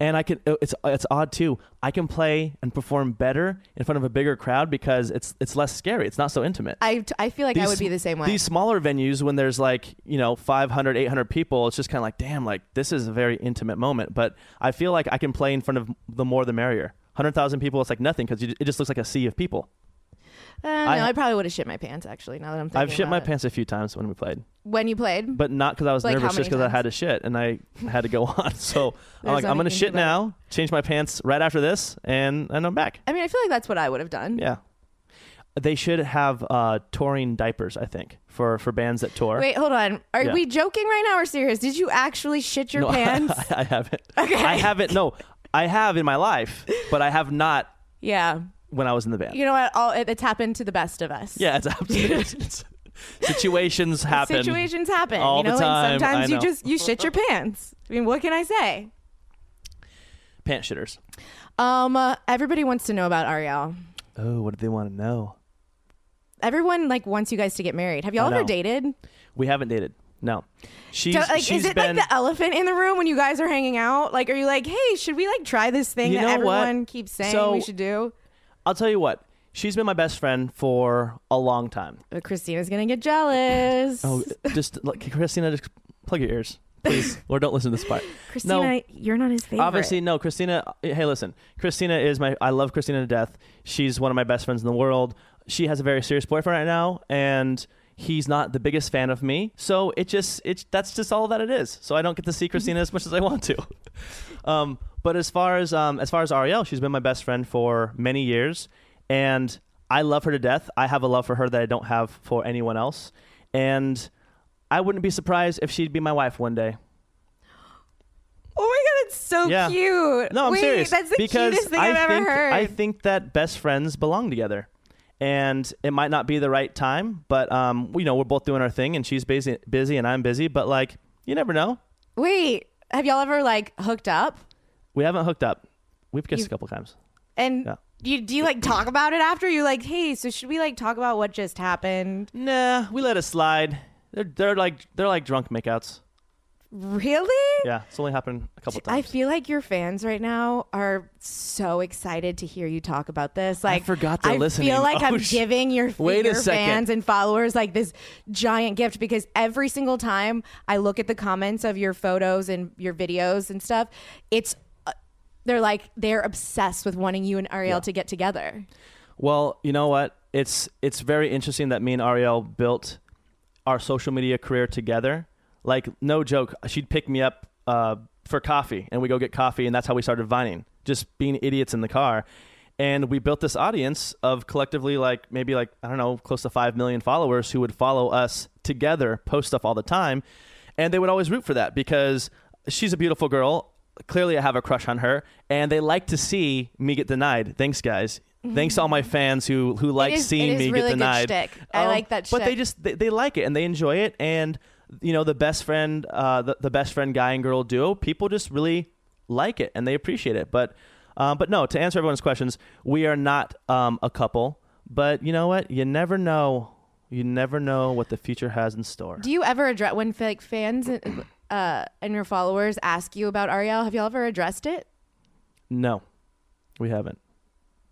[SPEAKER 3] And I can it's it's odd too. I can play and perform better in front of a bigger crowd because it's it's less scary. It's not so intimate.
[SPEAKER 2] I, t- I feel like I would be the same way.
[SPEAKER 3] These smaller venues when there's like, you know, 500, 800 people, it's just kind of like, damn, like this is a very intimate moment, but I feel like I can play in front of the more the merrier. 100,000 people it's like nothing cuz it just looks like a sea of people.
[SPEAKER 2] Uh, no, I probably would have shit my pants actually. Now that I'm thinking,
[SPEAKER 3] I've shit
[SPEAKER 2] about
[SPEAKER 3] my
[SPEAKER 2] it.
[SPEAKER 3] pants a few times when we played,
[SPEAKER 2] when you played.
[SPEAKER 3] but not cuz I was
[SPEAKER 2] Like, how
[SPEAKER 3] nervous,
[SPEAKER 2] many
[SPEAKER 3] just cuz I
[SPEAKER 2] times?
[SPEAKER 3] had to shit and I had to go on. So, I'm
[SPEAKER 2] There's nothing
[SPEAKER 3] like I'm going to
[SPEAKER 2] you can do
[SPEAKER 3] shit
[SPEAKER 2] about
[SPEAKER 3] now, change my pants right after this and and I'm back.
[SPEAKER 2] I mean, I feel like that's what I would have done.
[SPEAKER 3] Yeah. They should have uh, touring diapers, I think, for, for bands that tour.
[SPEAKER 2] Wait, hold on. Are
[SPEAKER 3] Yeah.
[SPEAKER 2] we joking right now or serious? Did you actually shit your
[SPEAKER 3] no,
[SPEAKER 2] pants?
[SPEAKER 3] I, haven't. I haven't. No, I have in my life, but I have not
[SPEAKER 2] yeah.
[SPEAKER 3] when I was in the band.
[SPEAKER 2] You know what? All it, it's happened to the best of us.
[SPEAKER 3] yeah, it's absolutely. situations happen.
[SPEAKER 2] Situations happen. you
[SPEAKER 3] All the
[SPEAKER 2] know,
[SPEAKER 3] time,
[SPEAKER 2] and sometimes
[SPEAKER 3] I
[SPEAKER 2] you
[SPEAKER 3] know.
[SPEAKER 2] just you shit your pants. I mean, what can I say?
[SPEAKER 3] Pant shitters.
[SPEAKER 2] Um, uh, everybody wants to know about Ariel.
[SPEAKER 3] Oh, what do they want to know?
[SPEAKER 2] Everyone like wants you guys to get married. Have y'all
[SPEAKER 3] I
[SPEAKER 2] ever
[SPEAKER 3] know.
[SPEAKER 2] dated?
[SPEAKER 3] We haven't dated. No. She's,
[SPEAKER 2] Do- like, is
[SPEAKER 3] she's
[SPEAKER 2] it
[SPEAKER 3] been.
[SPEAKER 2] like the elephant in the room when you guys are hanging out? Like, are you like, hey, should we like try this thing
[SPEAKER 3] You
[SPEAKER 2] that
[SPEAKER 3] know what?
[SPEAKER 2] everyone keeps saying we
[SPEAKER 3] So-
[SPEAKER 2] should do?
[SPEAKER 3] I'll tell you what. She's been my best friend for a long time.
[SPEAKER 2] But Christina's gonna get jealous.
[SPEAKER 3] Oh, just like Christina, just plug your ears, please, or don't listen to this part.
[SPEAKER 2] Christina,
[SPEAKER 3] no.
[SPEAKER 2] you're not his favorite.
[SPEAKER 3] Obviously, no. Christina, eh, hey, listen. Christina is my. I love Christina to death. She's one of my best friends in the world. She has a very serious boyfriend right now, and he's not the biggest fan of me. So it just it's that's just all that it is. So I don't get to see Christina as much as I want to. Um, but as far as um, as far as Ariel, she's been my best friend for many years, and I love her to death. I have a love for her that I don't have for anyone else, and I wouldn't be surprised if she'd be my wife one day.
[SPEAKER 2] Oh my god, it's so
[SPEAKER 3] Yeah.
[SPEAKER 2] cute.
[SPEAKER 3] No, I'm
[SPEAKER 2] Wait,
[SPEAKER 3] serious.
[SPEAKER 2] That's the
[SPEAKER 3] because
[SPEAKER 2] cutest thing
[SPEAKER 3] I
[SPEAKER 2] have
[SPEAKER 3] think,
[SPEAKER 2] ever heard.
[SPEAKER 3] I think that best friends belong together, and it might not be the right time, but um, you know, we're both doing our thing, and she's busy, busy, and I'm busy. But like, you never know.
[SPEAKER 2] Wait, have y'all ever like hooked up?
[SPEAKER 3] We haven't hooked up. We've kissed a couple times.
[SPEAKER 2] And
[SPEAKER 3] Yeah.
[SPEAKER 2] you do you like talk about it after? You're like, hey, so should we like talk about what just happened?
[SPEAKER 3] Nah, we let it slide. They're they're like they're like drunk makeouts.
[SPEAKER 2] Really?
[SPEAKER 3] Yeah, it's only happened a couple times.
[SPEAKER 2] I feel like your fans right now are so excited to hear you talk about this. Like,
[SPEAKER 3] forgot they're
[SPEAKER 2] I
[SPEAKER 3] listening.
[SPEAKER 2] feel like
[SPEAKER 3] Oh,
[SPEAKER 2] I'm
[SPEAKER 3] sh-
[SPEAKER 2] giving your,
[SPEAKER 3] Wait a
[SPEAKER 2] your
[SPEAKER 3] second.
[SPEAKER 2] fans and followers like this giant gift because every single time I look at the comments of your photos and your videos and stuff, it's uh, they're like they're obsessed with wanting you and Ariel to get together.
[SPEAKER 3] Well, you know what? It's it's very interesting that me and Ariel built our social media career together. Like no joke, she'd pick me up uh, for coffee, and we go get coffee, and that's how we started vining, just being idiots in the car. And we built this audience of collectively like maybe like I don't know, close to five million followers who would follow us together, post stuff all the time, and they would always root for that because she's a beautiful girl. Clearly, I have a crush on her, and they like to see me get denied. Thanks, guys. Thanks to all my fans who who like
[SPEAKER 2] is-
[SPEAKER 3] seeing
[SPEAKER 2] it is
[SPEAKER 3] me
[SPEAKER 2] really
[SPEAKER 3] get
[SPEAKER 2] good
[SPEAKER 3] denied. Um,
[SPEAKER 2] shtick. I like that
[SPEAKER 3] But they
[SPEAKER 2] shtick.
[SPEAKER 3] just just they, they like it and they enjoy it and you know the best friend uh the, the best friend guy and girl duo people just really like it and they appreciate it but um but no to answer everyone's questions we are not um a couple but you know what you never know you never know what the future has in store
[SPEAKER 2] Do you ever address when like fans uh, and your followers ask you about Ariel? Have you all ever addressed it?
[SPEAKER 3] no we haven't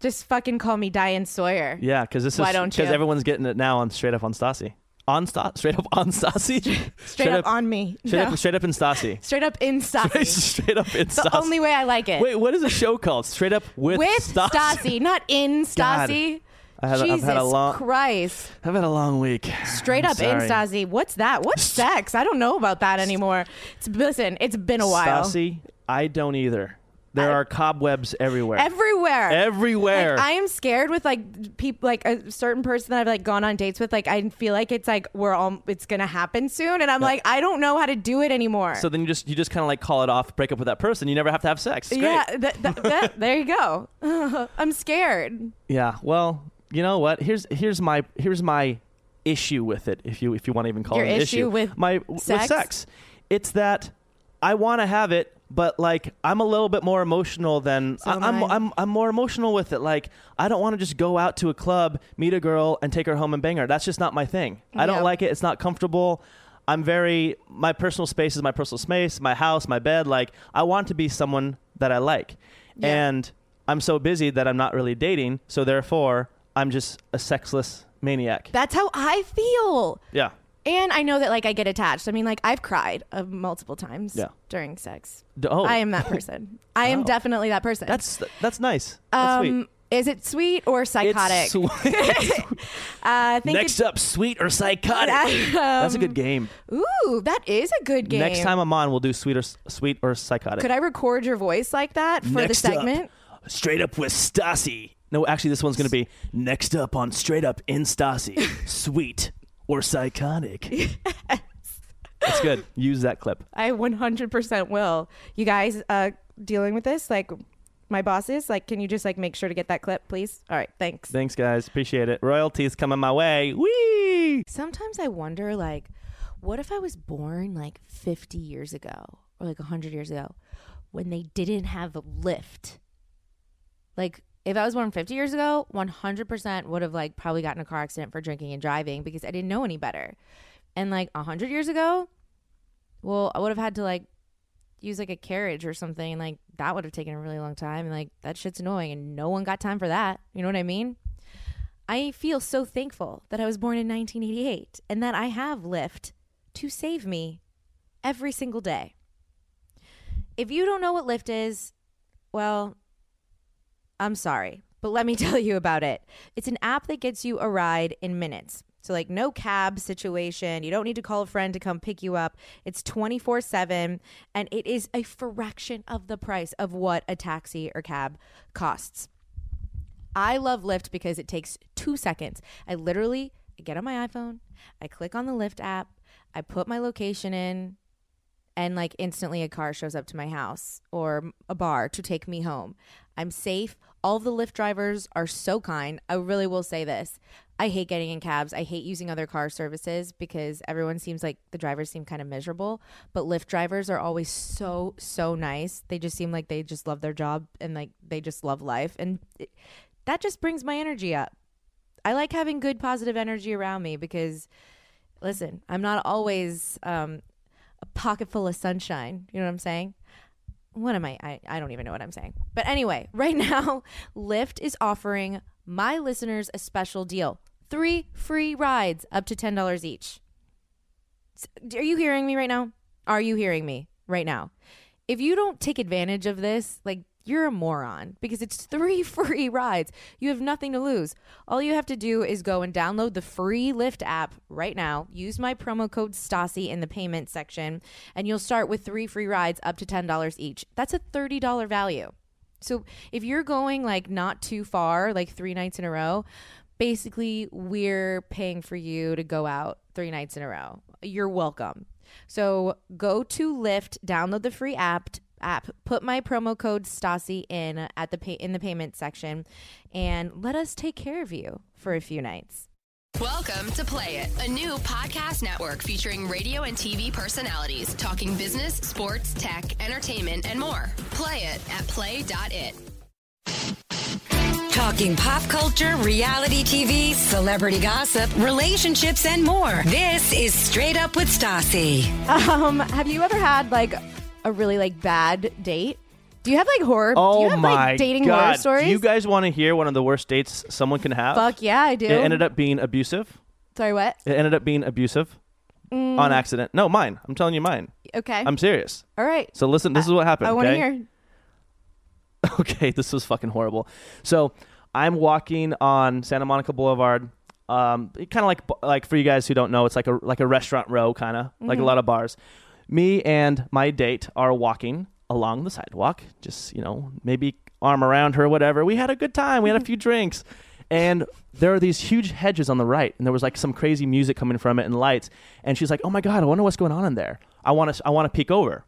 [SPEAKER 2] Just fucking call me Diane Sawyer.
[SPEAKER 3] yeah because this
[SPEAKER 2] Why
[SPEAKER 3] is
[SPEAKER 2] don't
[SPEAKER 3] because
[SPEAKER 2] you?
[SPEAKER 3] everyone's getting it now on straight up on stassi on Sta- straight up on stassi straight,
[SPEAKER 2] Straight, up, on me.
[SPEAKER 3] straight
[SPEAKER 2] No.
[SPEAKER 3] up straight up in stassi
[SPEAKER 2] Straight up in Stassi.
[SPEAKER 3] straight up in
[SPEAKER 2] the
[SPEAKER 3] stassi
[SPEAKER 2] only way I like it.
[SPEAKER 3] Wait, what is a show called? Straight up with,
[SPEAKER 2] with
[SPEAKER 3] Stassi.
[SPEAKER 2] Stassi. not in
[SPEAKER 3] God.
[SPEAKER 2] Stassi.
[SPEAKER 3] I had a- I've
[SPEAKER 2] Jesus
[SPEAKER 3] had a long-
[SPEAKER 2] Christ.
[SPEAKER 3] I've had a long week.
[SPEAKER 2] Straight up in
[SPEAKER 3] sorry.
[SPEAKER 2] Stassi. What's that? What's sex? I don't know about that anymore. It's, listen, it's been a while.
[SPEAKER 3] Stassi, I don't either. There are cobwebs everywhere.
[SPEAKER 2] Everywhere.
[SPEAKER 3] Everywhere.
[SPEAKER 2] Like, I am scared with like people, like a certain person that I've like gone on dates with. Like I feel like it's like we're all, it's gonna happen soon, and I'm like I don't know how to do it anymore.
[SPEAKER 3] so then you just you just kind of like call it off, break up with that person. You never have to have sex. It's great.
[SPEAKER 2] yeah, th- th- that- there you go. I'm scared.
[SPEAKER 3] Yeah. Well, you know what? Here's here's my here's my issue with it. If you if you want to even call
[SPEAKER 2] Your
[SPEAKER 3] it an
[SPEAKER 2] issue with
[SPEAKER 3] my with
[SPEAKER 2] sex?
[SPEAKER 3] sex, it's that I want to have it, but like I'm a little bit more emotional than I,
[SPEAKER 2] am
[SPEAKER 3] I'm,
[SPEAKER 2] I.
[SPEAKER 3] I'm I'm more emotional with it. Like I don't want to just go out to a club, meet a girl, and take her home and bang her. That's just not my thing. I
[SPEAKER 2] Yeah.
[SPEAKER 3] don't like it. It's not comfortable. I'm very my personal space is my personal space, my house, my bed. Like I want to be someone that I like, and I'm so busy that I'm not really dating. So therefore, I'm just a sexless maniac.
[SPEAKER 2] That's how I feel.
[SPEAKER 3] yeah,
[SPEAKER 2] And I know that like I get attached. I mean, like I've cried uh, multiple times
[SPEAKER 3] Yeah.
[SPEAKER 2] during sex.
[SPEAKER 3] D- oh.
[SPEAKER 2] I am that person. I am definitely that person.
[SPEAKER 3] that's that's nice. That's
[SPEAKER 2] um, is it sweet or
[SPEAKER 3] sweet.
[SPEAKER 2] psychotic? Uh,
[SPEAKER 3] It's sweet.
[SPEAKER 2] I think
[SPEAKER 3] Next up, sweet or psychotic.
[SPEAKER 2] Um,
[SPEAKER 3] that's a good game.
[SPEAKER 2] it- ooh, that is a good game.
[SPEAKER 3] Next time I'm on, we'll do sweet or sweet or psychotic.
[SPEAKER 2] could I record your voice like that for
[SPEAKER 3] Next
[SPEAKER 2] the
[SPEAKER 3] up,
[SPEAKER 2] segment?
[SPEAKER 3] straight up with Stassi. No, actually, this one's going to be next up on Straight Up in Stassi. Sweet or psychotic. That's good. Use that clip.
[SPEAKER 2] I 100% will. You guys uh dealing with this like my bosses like can you just like make sure to get that clip please? All right, thanks.
[SPEAKER 3] Thanks, guys. Appreciate it. Royalties coming my way. Whee!
[SPEAKER 2] Sometimes I wonder, like, what if I was born like 50 years ago or like 100 years ago when they didn't have Lyft? Like, if I was born 50 years ago, 100% would have like probably gotten a car accident for drinking and driving because I didn't know any better. And like 100 years ago, well, I would have had to like use like a carriage or something. And like that would have taken a really long time. And like that shit's annoying and no one got time for that. You know what I mean? I feel so thankful that I was born in 1988 and that I have Lyft to save me every single day. If you don't know what Lyft is, well, I'm sorry, but let me tell you about it. It's an app that gets you a ride in minutes. So, like, no cab situation. You don't need to call a friend to come pick you up. It's 24 7, and it is a fraction of the price of what a taxi or cab costs. I love Lyft because it takes two seconds. I literally I get on my iPhone, I click on the Lyft app, I put my location in, and like instantly a car shows up to my house or a bar to take me home. I'm safe. All of the Lyft drivers are so kind. I really will say this. I hate getting in cabs. I hate using other car services because everyone seems like the drivers seem kind of miserable. But Lyft drivers are always so, so nice. They just seem like they just love their job and like they just love life. And it, that just brings my energy up. I like having good, positive energy around me because, listen, I'm not always um, a pocket full of sunshine. You know what I'm saying? What am I? I? I don't even know what I'm saying. But anyway, right now, Lyft is offering my listeners a special deal three free rides up to $10 each. S- Are you hearing me right now? Are you hearing me right now? If you don't take advantage of this, like, you're a moron because it's three free rides. You have nothing to lose. All you have to do is go and download the free Lyft app right now. Use my promo code STASI in the payment section, and you'll start with three free rides up to $10 each. That's a $30 value. So if you're going like not too far, like three nights in a row, basically we're paying for you to go out three nights in a row. You're welcome. So go to Lyft, download the free app, app, put my promo code Stasi in at the pay- in the payment section, and let us take care of you for a few nights.
[SPEAKER 4] Welcome to Play It, a new podcast network featuring radio and TV personalities talking business, sports, tech, entertainment, and more. Play it at play.it.
[SPEAKER 5] Talking pop culture, reality TV, celebrity gossip, relationships, and more. This is Straight Up with Stassi.
[SPEAKER 2] Um, have you ever had like a really like bad date? Do you have like horror?
[SPEAKER 3] Oh
[SPEAKER 2] do you have
[SPEAKER 3] my
[SPEAKER 2] like dating
[SPEAKER 3] god!
[SPEAKER 2] horror stories?
[SPEAKER 3] Do you guys want to hear one of the worst dates someone can have?
[SPEAKER 2] Fuck yeah, I do.
[SPEAKER 3] It ended up being abusive.
[SPEAKER 2] Sorry, what?
[SPEAKER 3] It ended up being abusive
[SPEAKER 2] Mm.
[SPEAKER 3] on accident. No, mine. I'm telling you, mine.
[SPEAKER 2] Okay.
[SPEAKER 3] I'm serious.
[SPEAKER 2] All right.
[SPEAKER 3] So listen, this is what happened.
[SPEAKER 2] I want to
[SPEAKER 3] okay?
[SPEAKER 2] hear.
[SPEAKER 3] okay, this was fucking horrible. So I'm walking on Santa Monica Boulevard. Um, kind of like like for you guys who don't know, it's like a like a restaurant row, kind of like
[SPEAKER 2] Mm-hmm.
[SPEAKER 3] a lot of bars. Me and my date are walking along the sidewalk, just you know, maybe arm around her, whatever. We had a good time. We had a few drinks, and there are these huge hedges on the right, and there was like some crazy music coming from it and lights. And she's like, "Oh my god, I wonder what's going on in there. I want to I want to peek over."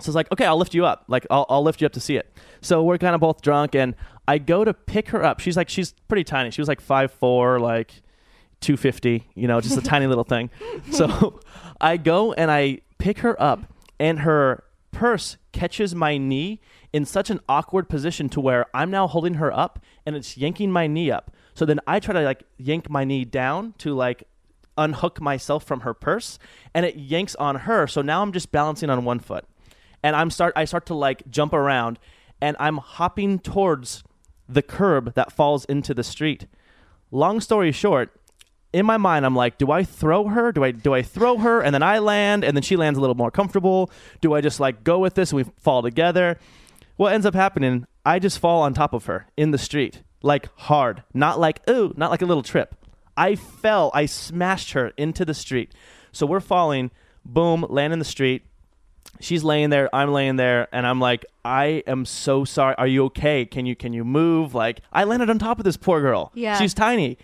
[SPEAKER 3] So it's like, okay, I'll lift you up. Like, I'll, I'll lift you up to see it. So we're kind of both drunk, and I go to pick her up. She's like, she's pretty tiny. She was like five four, like 250, you know, just a tiny little thing. So I go and I pick her up, and her purse catches my knee in such an awkward position to where I'm now holding her up and it's yanking my knee up. So then I try to like yank my knee down to like unhook myself from her purse and it yanks on her. So now I'm just balancing on one foot and I'm start I start to like jump around and I'm hopping towards the curb that falls into the street. Long story short, in my mind I'm like, do I throw her? Do I do I throw her and then I land and then she lands a little more comfortable? Do I just like go with this and we fall together? What ends up happening, I just fall on top of her in the street, like hard, not like ooh, not like a little trip. I fell, I smashed her into the street. So we're falling, boom, land in the street she's laying there i'm laying there and i'm like i am so sorry are you okay can you can you move like i landed on top of this poor girl
[SPEAKER 2] Yeah.
[SPEAKER 3] she's tiny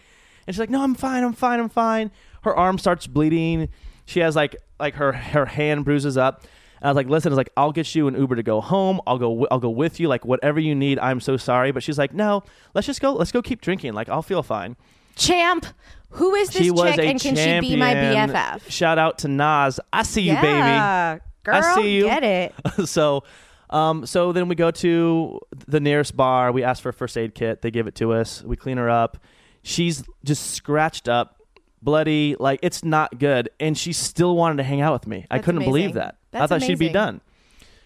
[SPEAKER 3] and she's like no i'm fine i'm fine i'm fine her arm starts bleeding she has like like her her hand bruises up and i was like listen i was like i'll get you an uber to go home i'll go wi- i'll go with you like whatever you need i'm so sorry but she's like no let's just go let's go keep drinking like i'll feel fine
[SPEAKER 2] Champ, who is this
[SPEAKER 3] she was
[SPEAKER 2] chick
[SPEAKER 3] a
[SPEAKER 2] and can she be my
[SPEAKER 3] champion.
[SPEAKER 2] BFF?
[SPEAKER 3] shout out to nas i see you baby
[SPEAKER 2] yeah, girl,
[SPEAKER 3] I see you.
[SPEAKER 2] get it.
[SPEAKER 3] so um, so then we go to the nearest bar we ask for a first aid kit they give it to us we clean her up she's just scratched up bloody like it's not good and she still wanted to hang out with me i
[SPEAKER 2] That's
[SPEAKER 3] couldn't believe
[SPEAKER 2] amazing.
[SPEAKER 3] that i
[SPEAKER 2] That's
[SPEAKER 3] thought she'd be
[SPEAKER 2] amazing.
[SPEAKER 3] done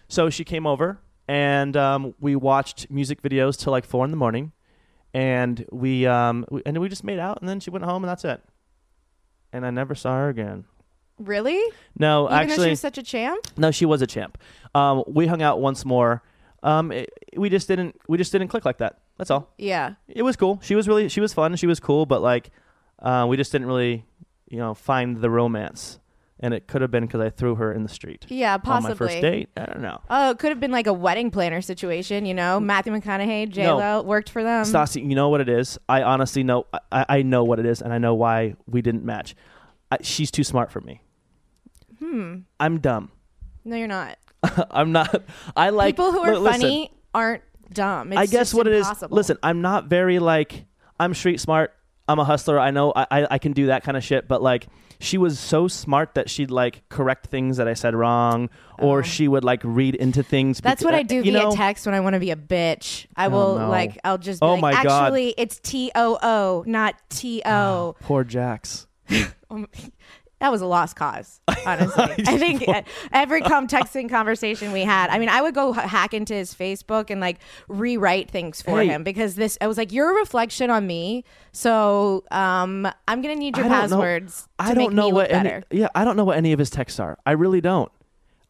[SPEAKER 3] so she came over and um, we watched music videos till like four in the morning and we um we, and we just made out and then she went home and that's it and i never saw her again
[SPEAKER 2] Really? Even though
[SPEAKER 3] no
[SPEAKER 2] she
[SPEAKER 3] actually
[SPEAKER 2] was such a champ?
[SPEAKER 3] no, she was a champ. Um, we hung out once more. Um, it- we just didn't. We just didn't click like that. That's all.
[SPEAKER 2] Yeah.
[SPEAKER 3] It was cool. She was really. She was fun. She was cool. But like, uh, we just didn't really, you know, find the romance. And it could have been because I threw her in the street.
[SPEAKER 2] Yeah,
[SPEAKER 3] On my first
[SPEAKER 2] possibly.
[SPEAKER 3] date. I don't know.
[SPEAKER 2] Oh, it could have been like a wedding planner situation, you know? Matthew McConaughey, J Lo worked for them.
[SPEAKER 3] Stassi, you know what it is. I honestly know. I- I, I know what it is, and I know why we didn't match. I, she's too smart for me. Hmm. I'm dumb.
[SPEAKER 2] No, you're not.
[SPEAKER 3] I'm not. I like
[SPEAKER 2] People who are
[SPEAKER 3] li- listen.
[SPEAKER 2] funny aren't dumb. It's
[SPEAKER 3] I guess
[SPEAKER 2] just
[SPEAKER 3] what it is.
[SPEAKER 2] impossible.
[SPEAKER 3] Listen, I'm not very like I'm street smart. I'm a hustler. I know I, I, I can do that kind of shit. But like, she was so smart that she'd like correct things that I said wrong, or she would like read into things.
[SPEAKER 2] Uh-huh. That's
[SPEAKER 3] beca-
[SPEAKER 2] what I
[SPEAKER 3] uh,
[SPEAKER 2] do
[SPEAKER 3] you
[SPEAKER 2] via
[SPEAKER 3] know?
[SPEAKER 2] text when I want to be a bitch. I will
[SPEAKER 3] no.
[SPEAKER 2] like I'll just be
[SPEAKER 3] Oh
[SPEAKER 2] like,
[SPEAKER 3] my God. Ah.
[SPEAKER 2] actually it's T O O, not T O.
[SPEAKER 3] Poor Jax.
[SPEAKER 2] Um, that was a lost cause honestly i think every com- texting conversation we had i mean i would go h- hack into his facebook and like rewrite things for
[SPEAKER 3] Hey.
[SPEAKER 2] him because this i was like you're a reflection on me so um i'm gonna need your
[SPEAKER 3] I don't know-
[SPEAKER 2] passwords
[SPEAKER 3] I
[SPEAKER 2] to
[SPEAKER 3] don't
[SPEAKER 2] make
[SPEAKER 3] know
[SPEAKER 2] me
[SPEAKER 3] what
[SPEAKER 2] look
[SPEAKER 3] any,
[SPEAKER 2] better
[SPEAKER 3] Yeah, I don't know what any of his texts are. I really don't.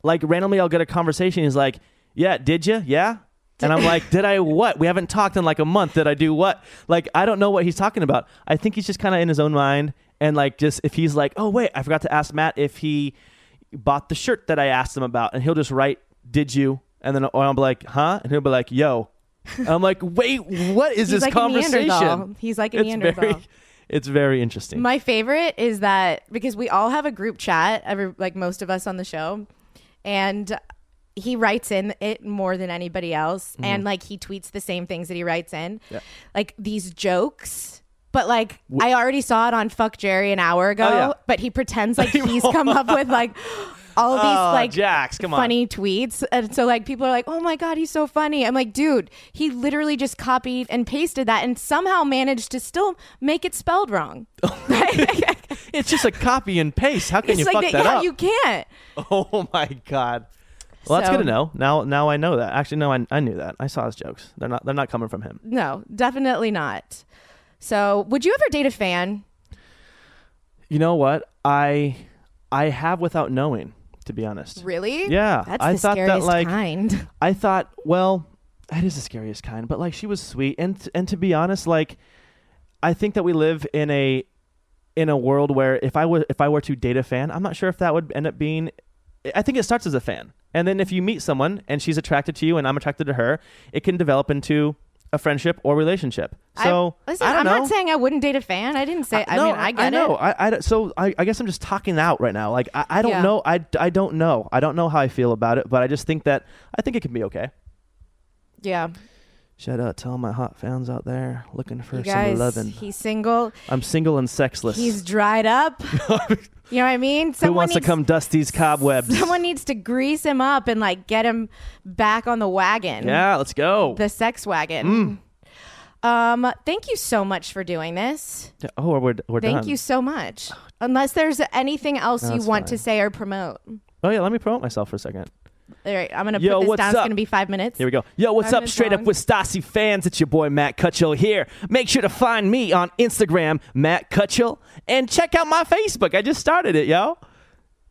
[SPEAKER 3] Like randomly, I'll get a conversation. He's like, "Yeah, did you? Yeah." And I'm like, "Did I what? We haven't talked in like a month. Did I do what?" Like, I don't know what he's talking about. I think he's just kind of in his own mind and like just if he's like, "Oh wait, I forgot to ask Matt if he bought the shirt that I asked him about," and he'll just write, "Did you?" And then I'll be like, "Huh?" And he'll be like, "Yo." And I'm like, "Wait, what
[SPEAKER 2] He's
[SPEAKER 3] is this
[SPEAKER 2] like a Neanderthal.
[SPEAKER 3] conversation?"
[SPEAKER 2] He's like a
[SPEAKER 3] it's
[SPEAKER 2] Neanderthal.
[SPEAKER 3] Very, it's very interesting.
[SPEAKER 2] My favorite is that because we all have a group chat, every like most of us on the show, and he writes in it more than anybody else,
[SPEAKER 3] Mm-hmm.
[SPEAKER 2] and like he tweets the same things that he writes in, like these jokes. But like I already saw it on Fuck Jerry an hour ago,
[SPEAKER 3] Oh, yeah.
[SPEAKER 2] but he pretends like he's come up with like all these
[SPEAKER 3] Oh,
[SPEAKER 2] like
[SPEAKER 3] Jax, come on.
[SPEAKER 2] funny tweets, and so like people are like, "Oh my god, he's so funny." I'm like, dude, he literally just copied and pasted that, and somehow managed to still make it spelled wrong.
[SPEAKER 3] It's just a copy and paste. How can
[SPEAKER 2] It's
[SPEAKER 3] you
[SPEAKER 2] like
[SPEAKER 3] fuck
[SPEAKER 2] that,
[SPEAKER 3] that
[SPEAKER 2] yeah,
[SPEAKER 3] up?
[SPEAKER 2] you can't.
[SPEAKER 3] Oh my god. Well, that's
[SPEAKER 2] So-
[SPEAKER 3] good to know. Now, now I know that. Actually, no, I, I knew that. I saw his jokes. They're not. They're not coming from him.
[SPEAKER 2] No, definitely not. So, would you ever date a fan?
[SPEAKER 3] You know what? I, I have without knowing. To be honest,
[SPEAKER 2] Really?
[SPEAKER 3] Yeah,
[SPEAKER 2] That's
[SPEAKER 3] I
[SPEAKER 2] the
[SPEAKER 3] thought that,
[SPEAKER 2] scariest
[SPEAKER 3] like-
[SPEAKER 2] kind.
[SPEAKER 3] I thought, well, that is the scariest kind. But like, she was sweet, and and to be honest, like, I think that we live in a, in a world where if I was if I were to date a fan, I'm not sure if that would end up being. I think it starts as a fan, and then if you meet someone and she's attracted to you and I'm attracted to her, it can develop into a friendship or relationship. So
[SPEAKER 2] I, listen,
[SPEAKER 3] I don't
[SPEAKER 2] am
[SPEAKER 3] know.
[SPEAKER 2] not saying I wouldn't date a fan. I didn't say. I,
[SPEAKER 3] no,
[SPEAKER 2] mean, I get
[SPEAKER 3] know.
[SPEAKER 2] it.
[SPEAKER 3] I, I don't- so I, I guess I'm just talking out right now. Like I, I don't
[SPEAKER 2] Yeah.
[SPEAKER 3] know. I, I don't know. I don't know how I feel about it, but I just think that I think it can be okay.
[SPEAKER 2] Yeah,
[SPEAKER 3] Shout out to all my hot fans out there looking for
[SPEAKER 2] you
[SPEAKER 3] some
[SPEAKER 2] guys.
[SPEAKER 3] loving.
[SPEAKER 2] He's single.
[SPEAKER 3] I'm single and sexless.
[SPEAKER 2] He's dried up. you know what I mean?
[SPEAKER 3] Who
[SPEAKER 2] Someone
[SPEAKER 3] wants to
[SPEAKER 2] needs-
[SPEAKER 3] come dust these cobwebs?
[SPEAKER 2] Someone needs to grease him up and like get him back on the wagon.
[SPEAKER 3] yeah, Mm. let's go.
[SPEAKER 2] The sex wagon. Um, thank you so much for doing this.
[SPEAKER 3] oh, we're, we're done.
[SPEAKER 2] Thank you so much. Unless there's anything else you
[SPEAKER 3] that's
[SPEAKER 2] want
[SPEAKER 3] fine.
[SPEAKER 2] to say or promote. All
[SPEAKER 3] Oh yeah, let me promote myself for a second.
[SPEAKER 2] right, I'm gonna
[SPEAKER 3] Yo,
[SPEAKER 2] put this
[SPEAKER 3] what's
[SPEAKER 2] down.
[SPEAKER 3] up?
[SPEAKER 2] It's gonna be five minutes.
[SPEAKER 3] Here we go. Yo, what's
[SPEAKER 2] Five
[SPEAKER 3] up?
[SPEAKER 2] minutes
[SPEAKER 3] Straight up
[SPEAKER 2] long.
[SPEAKER 3] with Stassi fans. It's your boy Matt Cutchell here. Make sure to find me on Instagram, Matt Cutchell, and check out my Facebook. I just started it, yo.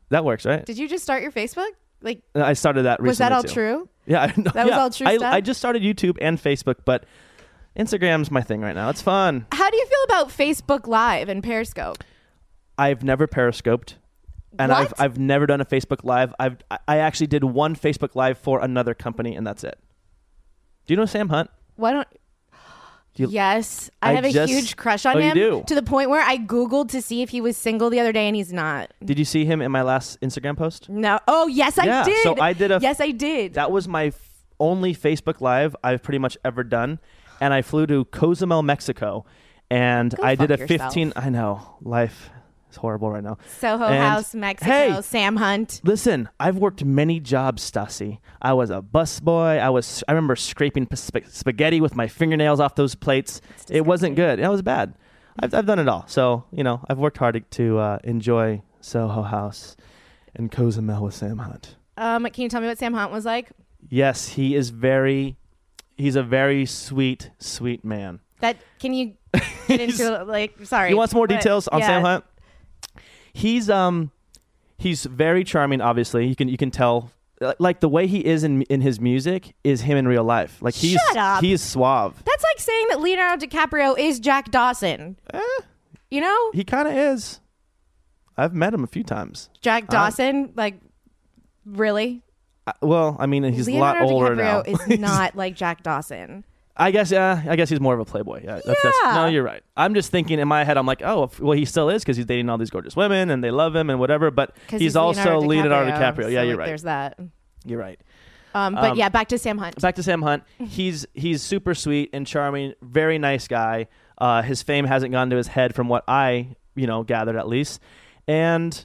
[SPEAKER 3] That works, right? Uh,
[SPEAKER 2] Did you just start your Facebook? Like,
[SPEAKER 3] I started that recently.
[SPEAKER 2] was that all
[SPEAKER 3] too.
[SPEAKER 2] true?
[SPEAKER 3] Yeah, I, no,
[SPEAKER 2] That was
[SPEAKER 3] yeah.
[SPEAKER 2] all true
[SPEAKER 3] I,
[SPEAKER 2] stuff?
[SPEAKER 3] I just started YouTube and Facebook, but Instagram's my thing right now. It's fun.
[SPEAKER 2] How do you feel about Facebook Live and Periscope?
[SPEAKER 3] I've never periscoped. And I've
[SPEAKER 2] What?
[SPEAKER 3] I've never done a Facebook live. I've I- I actually did one Facebook live for another company and that's it. Do you know Sam Hunt?
[SPEAKER 2] Why don't?
[SPEAKER 3] You-
[SPEAKER 2] yes, I,
[SPEAKER 3] I
[SPEAKER 2] have a
[SPEAKER 3] just-
[SPEAKER 2] huge crush on
[SPEAKER 3] Oh, you
[SPEAKER 2] him
[SPEAKER 3] do?
[SPEAKER 2] to the point where I googled to see if he was single the other day, and he's not.
[SPEAKER 3] Did you see him in my last Instagram post?
[SPEAKER 2] No. Oh, yes, I
[SPEAKER 3] Yeah,
[SPEAKER 2] did.
[SPEAKER 3] so I did a-
[SPEAKER 2] Yes, I did.
[SPEAKER 3] That was my f- only Facebook live I've pretty much ever done, and I flew to Cozumel, Mexico, and I did a
[SPEAKER 2] fuck yourself.
[SPEAKER 3] 15 I know, life is horrible right now.
[SPEAKER 2] Soho
[SPEAKER 3] And-
[SPEAKER 2] House, Mexico,
[SPEAKER 3] Hey,
[SPEAKER 2] Sam Hunt.
[SPEAKER 3] Listen, I've worked many jobs, Stassi. I was a busboy. I was. I remember scraping p- sp- spaghetti with my fingernails off those plates. It wasn't good. It was bad. I've, I've done it all. So you know, I've worked hard to uh, enjoy Soho House and Cozumel with Sam Hunt.
[SPEAKER 2] Um, can you tell me what Sam Hunt was like?
[SPEAKER 3] Yes, he is very. He's a very sweet, sweet man.
[SPEAKER 2] That can you get into like sorry.
[SPEAKER 3] You want some more
[SPEAKER 2] but-
[SPEAKER 3] details on
[SPEAKER 2] yeah.
[SPEAKER 3] Sam Hunt? He's um he's very charming obviously. You can you can tell Li- like the way he is in in his music is him in real life. Like he's
[SPEAKER 2] Shut up.
[SPEAKER 3] he's suave.
[SPEAKER 2] That's like saying that Leonardo DiCaprio is Jack Dawson. you know?
[SPEAKER 3] Eh. He kind of is. I've met him a few times.
[SPEAKER 2] Jack Dawson, like really?
[SPEAKER 3] I- Uh, well, I mean he's
[SPEAKER 2] Leonardo
[SPEAKER 3] a lot
[SPEAKER 2] DiCaprio
[SPEAKER 3] older now.
[SPEAKER 2] is not like Jack Dawson.
[SPEAKER 3] I guess yeah, I guess he's more of a playboy. Yeah, that's, that's-
[SPEAKER 2] Yeah.
[SPEAKER 3] no, you're right. I'm just thinking in my head I'm like, "Oh, if- well he still is cuz he's dating all these gorgeous women and they love him and whatever, but
[SPEAKER 2] 'Cause
[SPEAKER 3] he's, also
[SPEAKER 2] Leonardo
[SPEAKER 3] Leonardo
[SPEAKER 2] DiCaprio,
[SPEAKER 3] DiCaprio.
[SPEAKER 2] so,
[SPEAKER 3] Yeah, you're
[SPEAKER 2] like,
[SPEAKER 3] right.
[SPEAKER 2] There's that.
[SPEAKER 3] You're right.
[SPEAKER 2] Um, but yeah, back to Sam Hunt.
[SPEAKER 3] back to Sam Hunt. He's he's super sweet and charming, very nice guy. Uh, his fame hasn't gone to his head, from what I you know gathered at least. And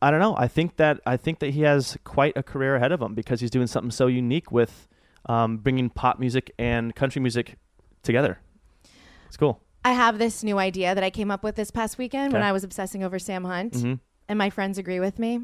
[SPEAKER 3] I don't know. I think that I think that he has quite a career ahead of him because he's doing something so unique with um, bringing pop music and country music together. It's cool.
[SPEAKER 2] I have this new idea that I came up with this past weekend when
[SPEAKER 3] Okay. Mm-hmm.
[SPEAKER 2] I was obsessing over Sam Hunt, and my friends agree with me.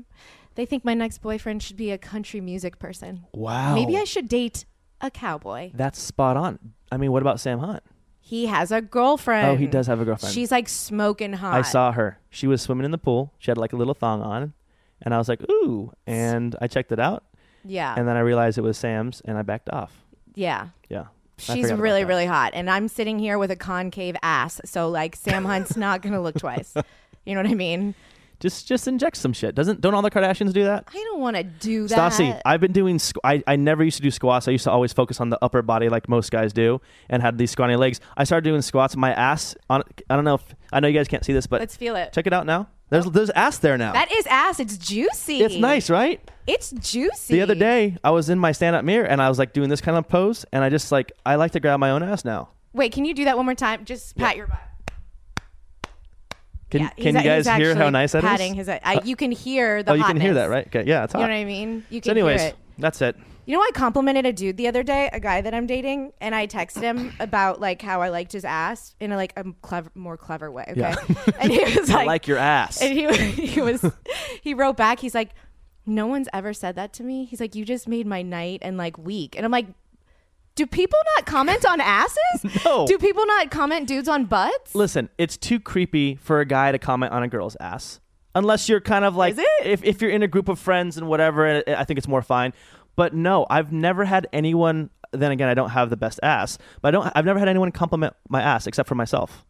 [SPEAKER 2] They think my next boyfriend should be a country music person.
[SPEAKER 3] Wow.
[SPEAKER 2] Maybe I should date a cowboy.
[SPEAKER 3] That's spot on. I mean, what about Sam Hunt?
[SPEAKER 2] He has a girlfriend.
[SPEAKER 3] Oh, he does have a girlfriend.
[SPEAKER 2] She's like smoking hot.
[SPEAKER 3] I saw her. She was swimming in the pool. She had like a little thong on, and I was like, "Ooh!" And I checked it out,
[SPEAKER 2] Yeah.
[SPEAKER 3] and then I realized it was Sam's, and I backed off.
[SPEAKER 2] yeah.
[SPEAKER 3] Yeah, I
[SPEAKER 2] She's
[SPEAKER 3] forgot about
[SPEAKER 2] really,
[SPEAKER 3] that.
[SPEAKER 2] really hot. And I'm sitting here with a concave ass. So, like, Sam Hunt's not going to look twice. You know what I mean?
[SPEAKER 3] just just inject some shit. Doesn't don't all the Kardashians do that?
[SPEAKER 2] I don't want to do that.
[SPEAKER 3] Stassi, I've been doing. Squ- I I never used to do squats. I used to always focus on the upper body, like most guys do, and had these scrawny legs. I started doing squats. My ass. On, I don't know if I know you guys can't see this, but
[SPEAKER 2] Let's feel it.
[SPEAKER 3] Check it out now. There's there's ass there now.
[SPEAKER 2] That is ass. It's juicy.
[SPEAKER 3] it's nice, right?
[SPEAKER 2] It's juicy.
[SPEAKER 3] The other day, I was in my stand-up mirror and I was like doing this kind of pose, and I just like I like to grab my own ass now.
[SPEAKER 2] Wait, can you do that one more time? Just pat your butt.
[SPEAKER 3] Can,
[SPEAKER 2] Yeah,
[SPEAKER 3] can
[SPEAKER 2] he's-
[SPEAKER 3] you guys
[SPEAKER 2] he's
[SPEAKER 3] hear how
[SPEAKER 2] actually
[SPEAKER 3] nice that is? Uh,
[SPEAKER 2] patting His, I, you can hear the
[SPEAKER 3] oh, you can hear
[SPEAKER 2] hotness.
[SPEAKER 3] that, right? Okay, yeah, it's hot.
[SPEAKER 2] You know what I mean? You can
[SPEAKER 3] So, anyways,
[SPEAKER 2] hear it.
[SPEAKER 3] that's it.
[SPEAKER 2] You know, I complimented a dude the other day, a guy that I'm dating, and I texted him about like how I liked his ass in a, like a clever, more clever way. Okay,
[SPEAKER 3] Yeah.
[SPEAKER 2] and he was
[SPEAKER 3] I
[SPEAKER 2] like,
[SPEAKER 3] like your ass.
[SPEAKER 2] and he he was he wrote back. He's like, no one's ever said that to me. He's like, you just made my night and like week, and I'm like. Do people not comment on asses?
[SPEAKER 3] No.
[SPEAKER 2] Do people not comment dudes on butts?
[SPEAKER 3] Listen, it's too creepy for a guy to comment on a girl's ass, unless you're kind of like
[SPEAKER 2] Is it?
[SPEAKER 3] if if you're in a group of friends and whatever. And I think it's more fine. But no, I've never had anyone. Then again, I don't have the best ass, but I don't. I've never had anyone compliment my ass except for myself.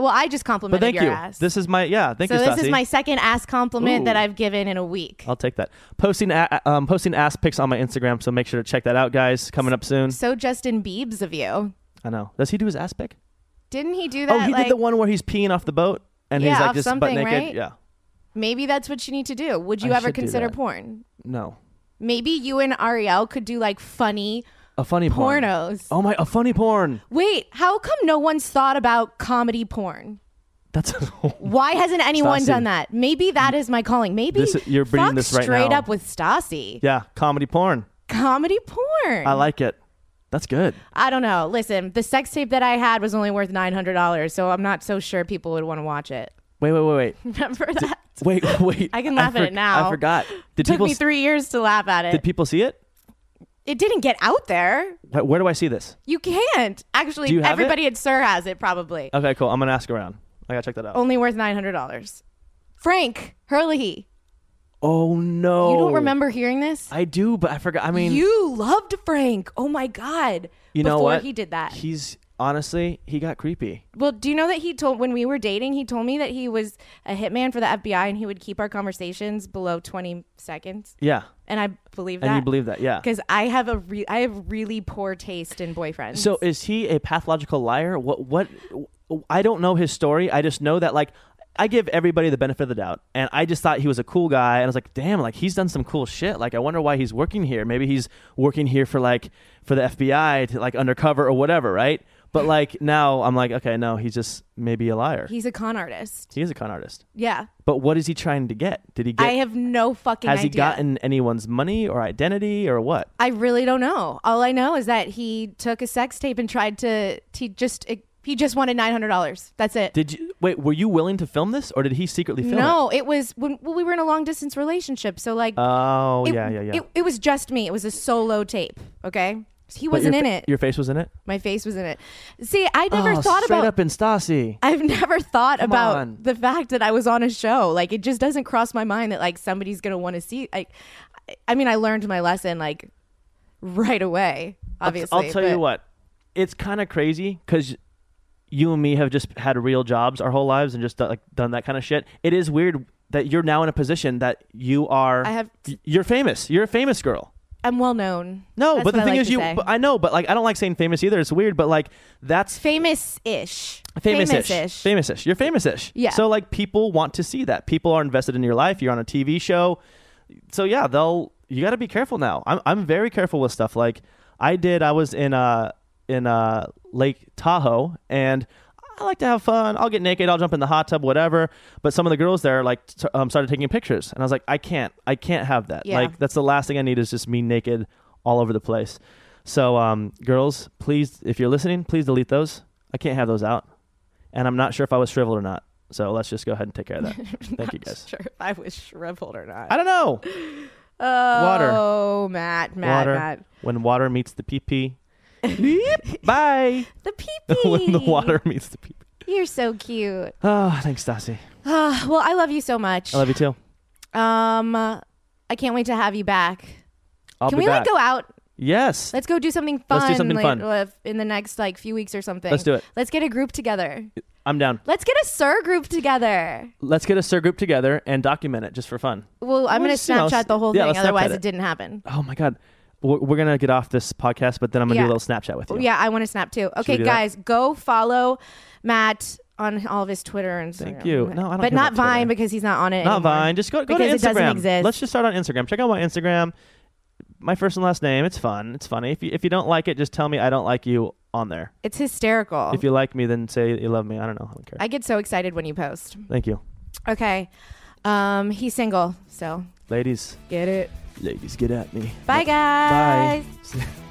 [SPEAKER 2] Well, I just
[SPEAKER 3] But
[SPEAKER 2] complimented
[SPEAKER 3] thank
[SPEAKER 2] your
[SPEAKER 3] you.
[SPEAKER 2] ass.
[SPEAKER 3] This is my yeah. Thank
[SPEAKER 2] so
[SPEAKER 3] you.
[SPEAKER 2] this is
[SPEAKER 3] Stassi.
[SPEAKER 2] my second ass compliment that
[SPEAKER 3] Ooh.
[SPEAKER 2] I've given in a week.
[SPEAKER 3] I'll take that. Posting a- um, posting ass pics on my Instagram, so make sure to check that out, guys. Coming up soon.
[SPEAKER 2] so Justin Biebs of you.
[SPEAKER 3] I know. Does he do his ass pic?
[SPEAKER 2] Didn't he do that?
[SPEAKER 3] Oh, he
[SPEAKER 2] like,
[SPEAKER 3] did the one where he's peeing off the boat and
[SPEAKER 2] Yeah,
[SPEAKER 3] he's like
[SPEAKER 2] off
[SPEAKER 3] just butt
[SPEAKER 2] something,
[SPEAKER 3] naked.
[SPEAKER 2] right?
[SPEAKER 3] Yeah.
[SPEAKER 2] Maybe that's what you need to do. Would you
[SPEAKER 3] I
[SPEAKER 2] ever
[SPEAKER 3] should do
[SPEAKER 2] consider
[SPEAKER 3] that.
[SPEAKER 2] porn?
[SPEAKER 3] No.
[SPEAKER 2] Maybe you and Ariel could do like funny.
[SPEAKER 3] A funny porn.
[SPEAKER 2] Pornos.
[SPEAKER 3] Oh my, a funny porn.
[SPEAKER 2] Wait, how come no one's thought about comedy porn?
[SPEAKER 3] That's
[SPEAKER 2] Why hasn't anyone
[SPEAKER 3] Stassi.
[SPEAKER 2] done that? Maybe that is my calling. Maybe
[SPEAKER 3] This- you're bringing
[SPEAKER 2] fuck
[SPEAKER 3] this right
[SPEAKER 2] straight
[SPEAKER 3] now.
[SPEAKER 2] up with Stassi.
[SPEAKER 3] yeah, comedy porn.
[SPEAKER 2] Comedy porn.
[SPEAKER 3] I like it. That's good.
[SPEAKER 2] I don't know. Listen, the sex tape that I had was only worth nine hundred dollars, so I'm not so sure people would want to watch it.
[SPEAKER 3] Wait, wait, wait, wait,
[SPEAKER 2] Remember that?
[SPEAKER 3] wait, wait.
[SPEAKER 2] I can laugh at it
[SPEAKER 3] forg-
[SPEAKER 2] now.
[SPEAKER 3] I forgot. Did
[SPEAKER 2] Took
[SPEAKER 3] people
[SPEAKER 2] me
[SPEAKER 3] s-
[SPEAKER 2] three years to laugh at it.
[SPEAKER 3] Did people see it?
[SPEAKER 2] it didn't get out there.
[SPEAKER 3] Wh- Where do I see this?
[SPEAKER 2] You can't. Actually,
[SPEAKER 3] Do you have
[SPEAKER 2] everybody at Sir has it probably.
[SPEAKER 3] Okay, cool. I'm gonna ask around. I gotta check that out.
[SPEAKER 2] Only worth $900. Frank Hurley.
[SPEAKER 3] Oh no!
[SPEAKER 2] You don't remember hearing this?
[SPEAKER 3] I do, but I forgot. I mean,
[SPEAKER 2] you loved Frank. Oh my God.
[SPEAKER 3] you know
[SPEAKER 2] Before
[SPEAKER 3] what?
[SPEAKER 2] he did that.
[SPEAKER 3] He's honestly, he got creepy.
[SPEAKER 2] well, do you know that he told, when we were dating, he told me that he was a hitman for the FBI and he would keep our conversations below 20 seconds.
[SPEAKER 3] Yeah.
[SPEAKER 2] And I believe that.
[SPEAKER 3] And you believe that, yeah.
[SPEAKER 2] Because I have a re- I have really poor taste in boyfriends.
[SPEAKER 3] So is he a pathological liar? What what I don't know his story. I just know that like I give everybody the benefit of the doubt. And I just thought he was a cool guy and I was like, "Damn, like he's done some cool shit. Like I wonder why he's working here. Maybe he's working here for like for the FBI to like undercover or whatever, right?" But like now I'm like, "Okay, no, he's just maybe a liar.
[SPEAKER 2] he's a con artist.
[SPEAKER 3] he is a con artist."
[SPEAKER 2] Yeah.
[SPEAKER 3] But what is he trying to get? Did he get
[SPEAKER 2] I have no fucking
[SPEAKER 3] Has
[SPEAKER 2] idea.
[SPEAKER 3] he gotten anyone's money or identity or what?
[SPEAKER 2] I really don't know. All I know is that he took a sex tape and tried to. He just it, he just wanted nine hundred dollars. That's it.
[SPEAKER 3] Did you wait? Were you willing to film this, or did he secretly film it?
[SPEAKER 2] no, it was when well, we were in a long distance relationship. So like,
[SPEAKER 3] Oh
[SPEAKER 2] it,
[SPEAKER 3] yeah, yeah, yeah.
[SPEAKER 2] It, it was just me. It was a solo tape. Okay, he
[SPEAKER 3] But
[SPEAKER 2] wasn't
[SPEAKER 3] your
[SPEAKER 2] in
[SPEAKER 3] fa-
[SPEAKER 2] it.
[SPEAKER 3] Your face was in it.
[SPEAKER 2] My face was in it. See, I never
[SPEAKER 3] oh,
[SPEAKER 2] thought
[SPEAKER 3] straight
[SPEAKER 2] about.
[SPEAKER 3] up in Stassi.
[SPEAKER 2] I've never thought
[SPEAKER 3] Come
[SPEAKER 2] about
[SPEAKER 3] on.
[SPEAKER 2] the fact that I was on a show. Like it just doesn't cross my mind that like somebody's gonna want to see. Like, I- I mean, I learned my lesson like right away. Obviously,
[SPEAKER 3] I'll tell
[SPEAKER 2] but-
[SPEAKER 3] you what, it's kind of crazy because you and me have just had real jobs our whole lives and just done, like done that kind of shit. It is weird that you're now in a position that you are.
[SPEAKER 2] I have-
[SPEAKER 3] y- You're famous. You're a famous girl.
[SPEAKER 2] I'm well known.
[SPEAKER 3] No,
[SPEAKER 2] That's
[SPEAKER 3] but the
[SPEAKER 2] what I
[SPEAKER 3] thing
[SPEAKER 2] like
[SPEAKER 3] is,
[SPEAKER 2] to
[SPEAKER 3] you.
[SPEAKER 2] say.
[SPEAKER 3] But I know, but like, I don't like saying famous either. It's weird, but like, that's
[SPEAKER 2] famous-ish.
[SPEAKER 3] famous-ish.
[SPEAKER 2] Famous-ish.
[SPEAKER 3] Famous-ish. You're famous-ish.
[SPEAKER 2] Yeah.
[SPEAKER 3] So like, people want to see that. People are invested in your life. You're on a TV show. So yeah, they'll. you got to be careful now. I'm I'm very careful with stuff. Like I did. I was in uh in uh Lake Tahoe, and I like to have fun. I'll get naked. I'll jump in the hot tub, whatever. But some of the girls there like t- um, started taking pictures, and I was like, I can't. I can't have that.
[SPEAKER 2] Yeah.
[SPEAKER 3] Like that's the last thing I need is just me naked all over the place. So um, girls, please, if you're listening, please delete those. I can't have those out, and I'm not sure if I was shriveled or not. So let's just go ahead and take care of that. Thank you guys.
[SPEAKER 2] Sure, if I was shriveled or not.
[SPEAKER 3] I don't know. Water.
[SPEAKER 2] Oh, Matt, Matt,
[SPEAKER 3] water.
[SPEAKER 2] Matt.
[SPEAKER 3] When water meets the pee pee. Bye.
[SPEAKER 2] The pee
[SPEAKER 3] when the water meets the pee pee.
[SPEAKER 2] You're so cute.
[SPEAKER 3] Oh, thanks, Stassi.
[SPEAKER 2] Ah, well, I love you so much.
[SPEAKER 3] I love you too.
[SPEAKER 2] Um, I can't wait to have you back.
[SPEAKER 3] I'll
[SPEAKER 2] Can
[SPEAKER 3] be
[SPEAKER 2] we
[SPEAKER 3] back.
[SPEAKER 2] like go out?
[SPEAKER 3] Yes.
[SPEAKER 2] Let's go do something fun.
[SPEAKER 3] Let's do something
[SPEAKER 2] like,
[SPEAKER 3] fun.
[SPEAKER 2] like, in the next like few weeks or something.
[SPEAKER 3] Let's do it.
[SPEAKER 2] Let's get a group together.
[SPEAKER 3] I'm down.
[SPEAKER 2] Let's get a sir group together.
[SPEAKER 3] Let's get a sir group together and document it just for fun.
[SPEAKER 2] Well, I'm
[SPEAKER 3] Well,
[SPEAKER 2] gonna
[SPEAKER 3] just, you know,
[SPEAKER 2] Snapchat the whole
[SPEAKER 3] yeah,
[SPEAKER 2] thing.
[SPEAKER 3] let's Snapchat
[SPEAKER 2] Otherwise,
[SPEAKER 3] it.
[SPEAKER 2] it. didn't happen.
[SPEAKER 3] Oh my god. We're, we're gonna get off this podcast, but then I'm gonna do
[SPEAKER 2] Yeah.
[SPEAKER 3] a little Snapchat with you.
[SPEAKER 2] Yeah, I want to snap too. Okay,
[SPEAKER 3] do that?
[SPEAKER 2] guys, go follow Matt on all of his Twitter and
[SPEAKER 3] Thank
[SPEAKER 2] Instagram.
[SPEAKER 3] you. No, I don't
[SPEAKER 2] But
[SPEAKER 3] care
[SPEAKER 2] not
[SPEAKER 3] about Twitter.
[SPEAKER 2] Vine because he's not on it.
[SPEAKER 3] Not
[SPEAKER 2] anymore.
[SPEAKER 3] Vine. Just go, go to Instagram.
[SPEAKER 2] because it doesn't exist.
[SPEAKER 3] Let's just start on Instagram. Check out my Instagram. My first and last name. It's fun. It's funny. If you, if you don't like it, just tell me I don't like you on there.
[SPEAKER 2] It's hysterical.
[SPEAKER 3] If you like me, then say you love me. I don't know. I don't care.
[SPEAKER 2] I get so excited when you post.
[SPEAKER 3] Thank you,
[SPEAKER 2] Okay. Um, he's single, so
[SPEAKER 3] ladies.
[SPEAKER 2] get it.
[SPEAKER 3] Ladies, get at me.
[SPEAKER 2] Bye, guys.
[SPEAKER 3] Bye.